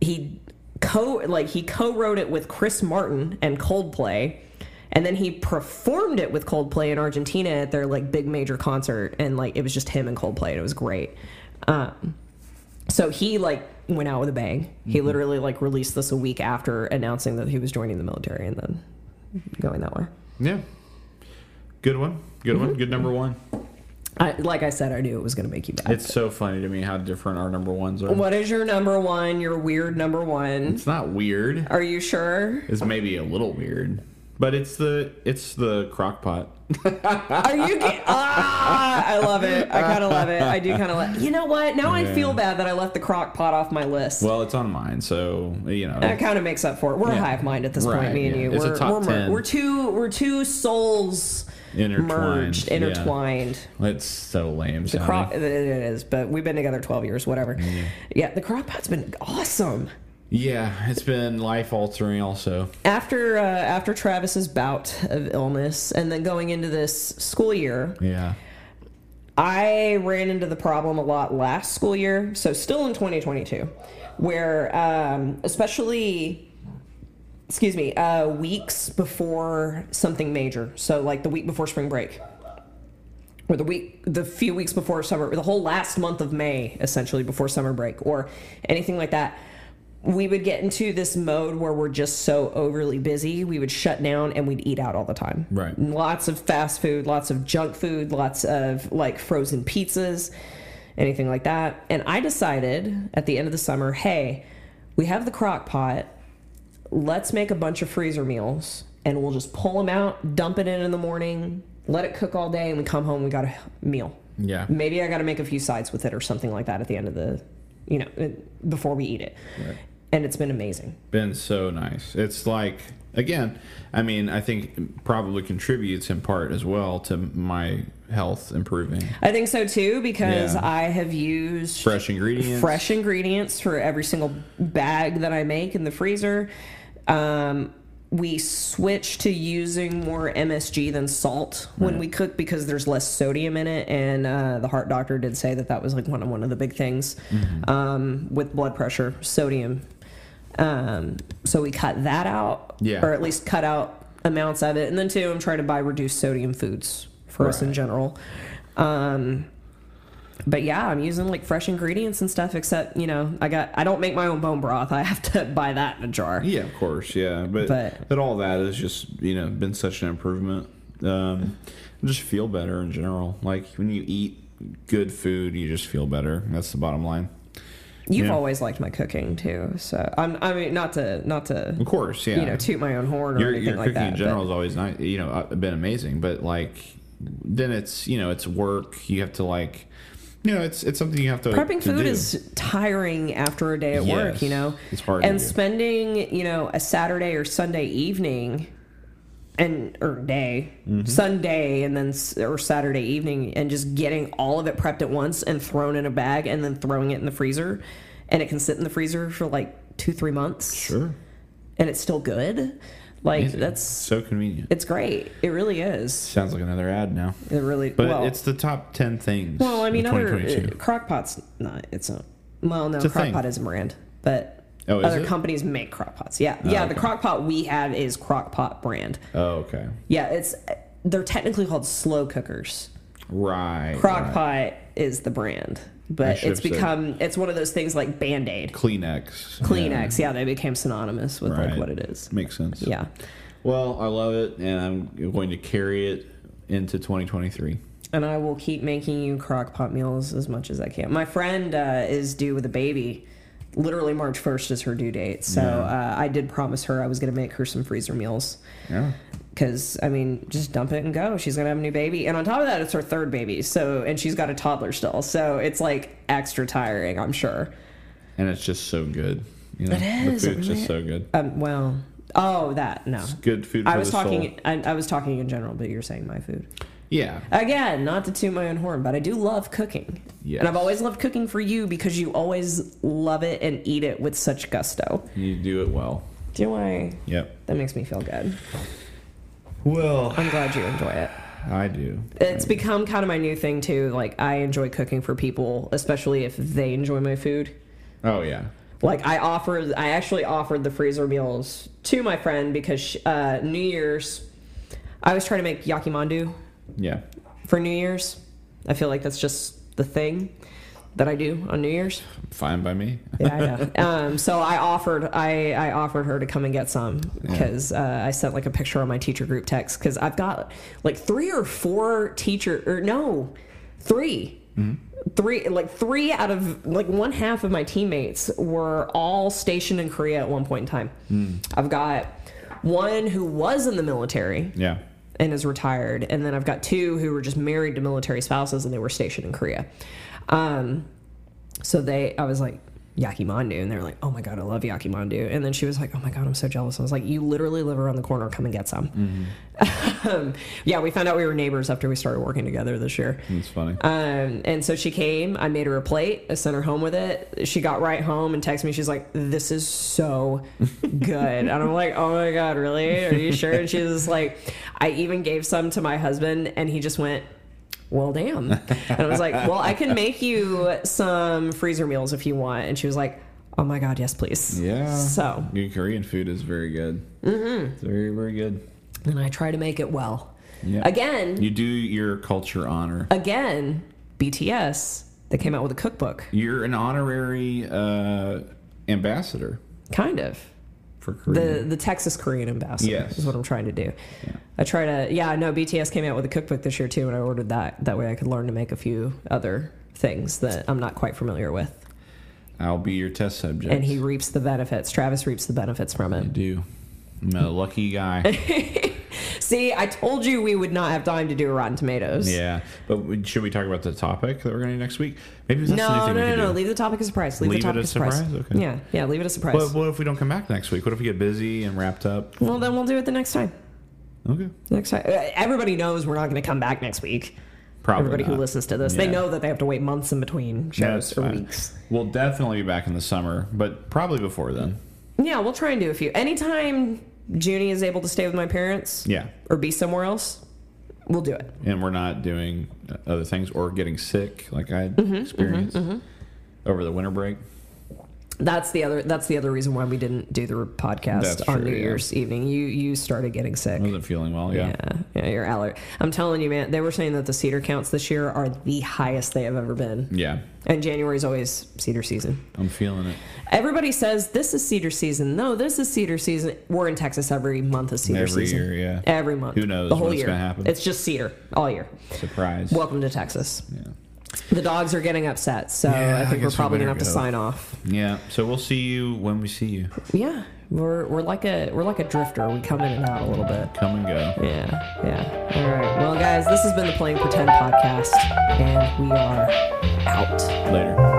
Speaker 1: He co like he co-wrote it with Chris Martin and Coldplay. And then he performed it with Coldplay in Argentina at their like big major concert, and like it was just him and Coldplay, and it was great. Um, so he like went out with a bang. He literally like released this a week after announcing that he was joining the military, and then going that way.
Speaker 2: Yeah. Good one. Good
Speaker 1: Mm-hmm.
Speaker 2: one. Good number one.
Speaker 1: I, like I said, I knew it was going to make you mad.
Speaker 2: It's so funny to me how different our number ones are.
Speaker 1: what is your number one? Your weird number one?
Speaker 2: It's not weird.
Speaker 1: Are you sure?
Speaker 2: It's maybe a little weird, but it's the it's the crock pot.
Speaker 1: Are you? ki- ah, I love it. I kind of love it. I do kind of love. You know what? Now I
Speaker 2: Yeah.
Speaker 1: feel bad that I left the crock pot off my list.
Speaker 2: Well, it's on mine, so you know.
Speaker 1: that kind of makes up for it. We're a
Speaker 2: Yeah.
Speaker 1: hive mind at this point,
Speaker 2: Right,
Speaker 1: me and
Speaker 2: yeah.
Speaker 1: you.
Speaker 2: It's a
Speaker 1: we're,
Speaker 2: top
Speaker 1: we're, mer-
Speaker 2: 10.
Speaker 1: we're two we're two souls
Speaker 2: Intertwined,
Speaker 1: merged,
Speaker 2: yeah.
Speaker 1: intertwined.
Speaker 2: It's so lame. sounding.
Speaker 1: Crock, it is, but we've been together twelve years, whatever.
Speaker 2: Mm.
Speaker 1: Yeah, the crock pot's been awesome.
Speaker 2: yeah, it's been life altering. Also,
Speaker 1: after uh, after Travis's bout of illness and then going into this school year,
Speaker 2: yeah,
Speaker 1: I ran into the problem a lot last school year, so still in 2022, where um, especially excuse me, uh, weeks before something major, so like the week before spring break. Or the week, the few weeks before summer, the whole last month of May, essentially before summer break, or anything like that, we would get into this mode where we're just so overly busy. We would shut down and we'd eat out all the time.
Speaker 2: Right.
Speaker 1: Lots of fast food, lots of junk food, lots of like frozen pizzas, anything like that. And I decided at the end of the summer, hey, we have the crock pot let's make a bunch of freezer meals and we'll just pull them out, dump it in in the morning, let it cook all day, and we come home, we got a meal.
Speaker 2: yeah,
Speaker 1: Maybe I got to make a few sides with it or something like that at the end of the, you know, it- before we eat it.
Speaker 2: Right.
Speaker 1: And it's been amazing.
Speaker 2: been so nice. It's like again, I mean, I think probably contributes in part as well to my health improving.
Speaker 1: I think so too because
Speaker 2: Yeah.
Speaker 1: I have used
Speaker 2: Fresh ingredients.
Speaker 1: fresh ingredients for every single bag that I make in the freezer. Um, we switch to using more MSG than salt when we cook because there's less sodium in it, and uh, the heart doctor did say that that was like one of one of the big things
Speaker 2: Mm-hmm.
Speaker 1: um, with blood pressure, sodium. Um, so we cut that out,
Speaker 2: Yeah.
Speaker 1: or at least cut out amounts of it, and then two, I'm trying to buy reduced sodium foods for us in
Speaker 2: Right.
Speaker 1: general. Um, but yeah, I'm using like fresh ingredients and stuff. Except you know, I got I don't make my own bone broth. I have to buy that in a jar.
Speaker 2: Yeah, of course. Yeah, but
Speaker 1: But-
Speaker 2: but, all that has just you know been such an improvement. Um, I just feel better in general. Like when you eat good food, you just feel better. That's the bottom line.
Speaker 1: You've
Speaker 2: Yeah.
Speaker 1: always liked my cooking too, so I'm I mean not to not to
Speaker 2: Of course, yeah.
Speaker 1: you know toot my own horn or
Speaker 2: your,
Speaker 1: anything
Speaker 2: your
Speaker 1: like
Speaker 2: cooking
Speaker 1: that.
Speaker 2: in
Speaker 1: but-
Speaker 2: general has always nice, you know uh, been amazing. But like then it's you know it's work. You have to like you know it's it's something you have to
Speaker 1: prepping
Speaker 2: to
Speaker 1: food
Speaker 2: do.
Speaker 1: is tiring after a day at work
Speaker 2: Yes.
Speaker 1: you know
Speaker 2: It's hard
Speaker 1: and
Speaker 2: to do.
Speaker 1: spending you know a saturday or sunday evening and or day
Speaker 2: Mm-hmm.
Speaker 1: sunday and then s- or saturday evening and just getting all of it prepped at once and thrown in a bag and then throwing it in the freezer and it can sit in the freezer for like two three months
Speaker 2: sure
Speaker 1: and it's still good like
Speaker 2: Amazing.
Speaker 1: that's
Speaker 2: so convenient.
Speaker 1: it's great it really is
Speaker 2: Sounds like another ad now,
Speaker 1: it really
Speaker 2: but
Speaker 1: well
Speaker 2: it's the top ten things.
Speaker 1: well, I mean,
Speaker 2: of
Speaker 1: other
Speaker 2: 2022.
Speaker 1: uh, crockpot's not. It's a well, no,
Speaker 2: a
Speaker 1: crockpot
Speaker 2: thing.
Speaker 1: is a brand, but
Speaker 2: Oh, is
Speaker 1: other
Speaker 2: it? Oh,
Speaker 1: companies make crockpots. Yeah, yeah. The
Speaker 2: okay.
Speaker 1: crockpot we have is crockpot brand.
Speaker 2: oh okay,
Speaker 1: Yeah, it's they're technically called slow cookers.
Speaker 2: right. right.
Speaker 1: Crockpot is the brand, but
Speaker 2: should
Speaker 1: it's
Speaker 2: have said-
Speaker 1: become it's one of those things like Band Aid,
Speaker 2: Kleenex.
Speaker 1: Kleenex. Yeah. they became synonymous with like
Speaker 2: Right.
Speaker 1: what it is.
Speaker 2: Makes sense.
Speaker 1: Yeah,
Speaker 2: Well, I love it, and I'm going to carry it into 2023.
Speaker 1: and I will keep making you crockpot meals as much as I can. My friend uh, is due with a baby. Literally March first is her due date, so uh, I did promise her I was going to make her some freezer meals.
Speaker 2: Yeah.
Speaker 1: Because I mean, just dump it and go. She's going to have a new baby, and on top of that, it's her third baby. So and she's got a toddler still, so it's like extra tiring, I'm sure.
Speaker 2: And it's just so good. You know,
Speaker 1: It is,
Speaker 2: The food's
Speaker 1: man.
Speaker 2: just so good.
Speaker 1: Um, well, oh, that no.
Speaker 2: Good food for
Speaker 1: I was
Speaker 2: the soul.
Speaker 1: talking. I, I was talking in general, but you're saying my food.
Speaker 2: Yeah.
Speaker 1: Again, not to toot my own horn, but I do love cooking.
Speaker 2: Yes.
Speaker 1: And I've always loved cooking for you because you always love it and eat it with such gusto.
Speaker 2: You do it well.
Speaker 1: Do I?
Speaker 2: Yep.
Speaker 1: That makes me feel good.
Speaker 2: Well,
Speaker 1: I'm glad you enjoy it.
Speaker 2: I do.
Speaker 1: It's become kind of my new thing too. Like I enjoy cooking for people, especially if they enjoy my food.
Speaker 2: Oh yeah.
Speaker 1: Like I offered, I actually offered the freezer meals to my friend because she, uh, New Year's, I was trying to make yakimandu
Speaker 2: Yeah.
Speaker 1: for New Year's. I feel like that's just the thing that I do on New Year's.
Speaker 2: Fine by me.
Speaker 1: Yeah, I know. um, so I offered, I, I offered her to come and get some because uh, I sent like a picture on my teacher group text because I've got like three or four teacher or no, 3 Three like three out of like one half of my teammates were all stationed in Korea at one point in time. I've got one who was in the military
Speaker 2: Yeah.
Speaker 1: and is retired. And then I've got two who were just married to military spouses and they were stationed in Korea. Um, so they, I was like, Yakimandu. And they were like, oh my God, I love Yakimandu. And then she was like, oh my God, I'm so jealous. I was like, you literally live around the corner. Come and get some.
Speaker 2: Mm-hmm.
Speaker 1: um, yeah, we found out we were neighbors after we started working together this year.
Speaker 2: That's funny.
Speaker 1: Um, and so she came. I made her a plate. I sent her home with it. She got right home and texted me. She's like, "This is so good." and I'm like, "Oh my god, really? Are you sure?" And she was like, "I even gave some to my husband, and he just went." Well, damn. And I was like, well, I can make you some freezer meals if you want. And she was like, oh my God, yes, please.
Speaker 2: yeah.
Speaker 1: So,
Speaker 2: Good Korean food is very good. Mm-hmm. It's very very good.
Speaker 1: and I try to make it well.
Speaker 2: Yeah.
Speaker 1: Again,
Speaker 2: You do your culture honor.
Speaker 1: again, BTS, they came out with a cookbook,
Speaker 2: You're an honorary uh, ambassador
Speaker 1: kind of.
Speaker 2: for Korea.
Speaker 1: the the Texas Korean ambassador
Speaker 2: Yes.
Speaker 1: is what I'm trying to do. I try to yeah no BTS came out with a cookbook this year too, and I ordered that. That way I could learn to make a few other things that I'm not quite familiar with.
Speaker 2: I'll be your test subject.
Speaker 1: And he reaps the benefits. Travis reaps the benefits from it.
Speaker 2: I do. I'm a lucky guy.
Speaker 1: See, I told you we would not have time to do Rotten Tomatoes.
Speaker 2: yeah. But we- should we talk about the topic that we're going to do next week? Maybe that's
Speaker 1: No,
Speaker 2: the
Speaker 1: no,
Speaker 2: new thing we
Speaker 1: no,
Speaker 2: could
Speaker 1: no.
Speaker 2: do.
Speaker 1: Leave the topic a surprise. Leave,
Speaker 2: Leave
Speaker 1: the
Speaker 2: it
Speaker 1: topic
Speaker 2: a
Speaker 1: a surprise.
Speaker 2: surprise? Okay.
Speaker 1: Yeah, yeah. Leave it a surprise.
Speaker 2: What, what if we don't come back next week? What if we get busy and wrapped up?
Speaker 1: well, then we'll do it the next time.
Speaker 2: Okay.
Speaker 1: Next time. Uh, Everybody knows we're not going to come back next week.
Speaker 2: Probably.
Speaker 1: Everybody who
Speaker 2: not.
Speaker 1: listens to this, they
Speaker 2: Yeah.
Speaker 1: know that they have to wait months in between shows
Speaker 2: That's
Speaker 1: for
Speaker 2: fine.
Speaker 1: weeks.
Speaker 2: We'll definitely be back in the summer, but probably before then.
Speaker 1: Yeah, we'll try and do a few. Anytime Junie is able to stay with my parents
Speaker 2: Yeah.
Speaker 1: or be somewhere else, we'll do it.
Speaker 2: And we're not doing uh, other things or getting sick like I
Speaker 1: Mm-hmm,
Speaker 2: experienced over the winter break.
Speaker 1: That's the other. That's the other reason why we didn't do the podcast
Speaker 2: That's
Speaker 1: on
Speaker 2: true,
Speaker 1: New
Speaker 2: yeah.
Speaker 1: Year's evening. You you started getting sick.
Speaker 2: I wasn't feeling well.
Speaker 1: Yeah,
Speaker 2: Yeah.
Speaker 1: yeah, you're aller. I'm telling you, man. They were saying that the cedar counts this year are the highest they have ever been,
Speaker 2: Yeah.
Speaker 1: and January is always cedar season.
Speaker 2: I'm feeling it.
Speaker 1: Everybody says this is cedar season. No, this is cedar season. We're in Texas every month is cedar
Speaker 2: Every
Speaker 1: season.
Speaker 2: year, yeah.
Speaker 1: Every month.
Speaker 2: Who knows
Speaker 1: the whole
Speaker 2: when it's
Speaker 1: year?
Speaker 2: gonna happen.
Speaker 1: It's just cedar all year.
Speaker 2: Surprise.
Speaker 1: Welcome to Texas.
Speaker 2: yeah.
Speaker 1: The dogs are getting upset, so
Speaker 2: Yeah,
Speaker 1: I
Speaker 2: I
Speaker 1: think we're
Speaker 2: guess we
Speaker 1: probably gonna
Speaker 2: better
Speaker 1: have to
Speaker 2: go.
Speaker 1: sign off.
Speaker 2: Yeah. So we'll see you when we see you.
Speaker 1: Yeah, we're we're like a we're like a drifter. We come in and out a little bit.
Speaker 2: Come and go.
Speaker 1: Yeah, yeah. All right. Well, guys, this has been the Playing Pretend podcast, and we are out.
Speaker 2: Later.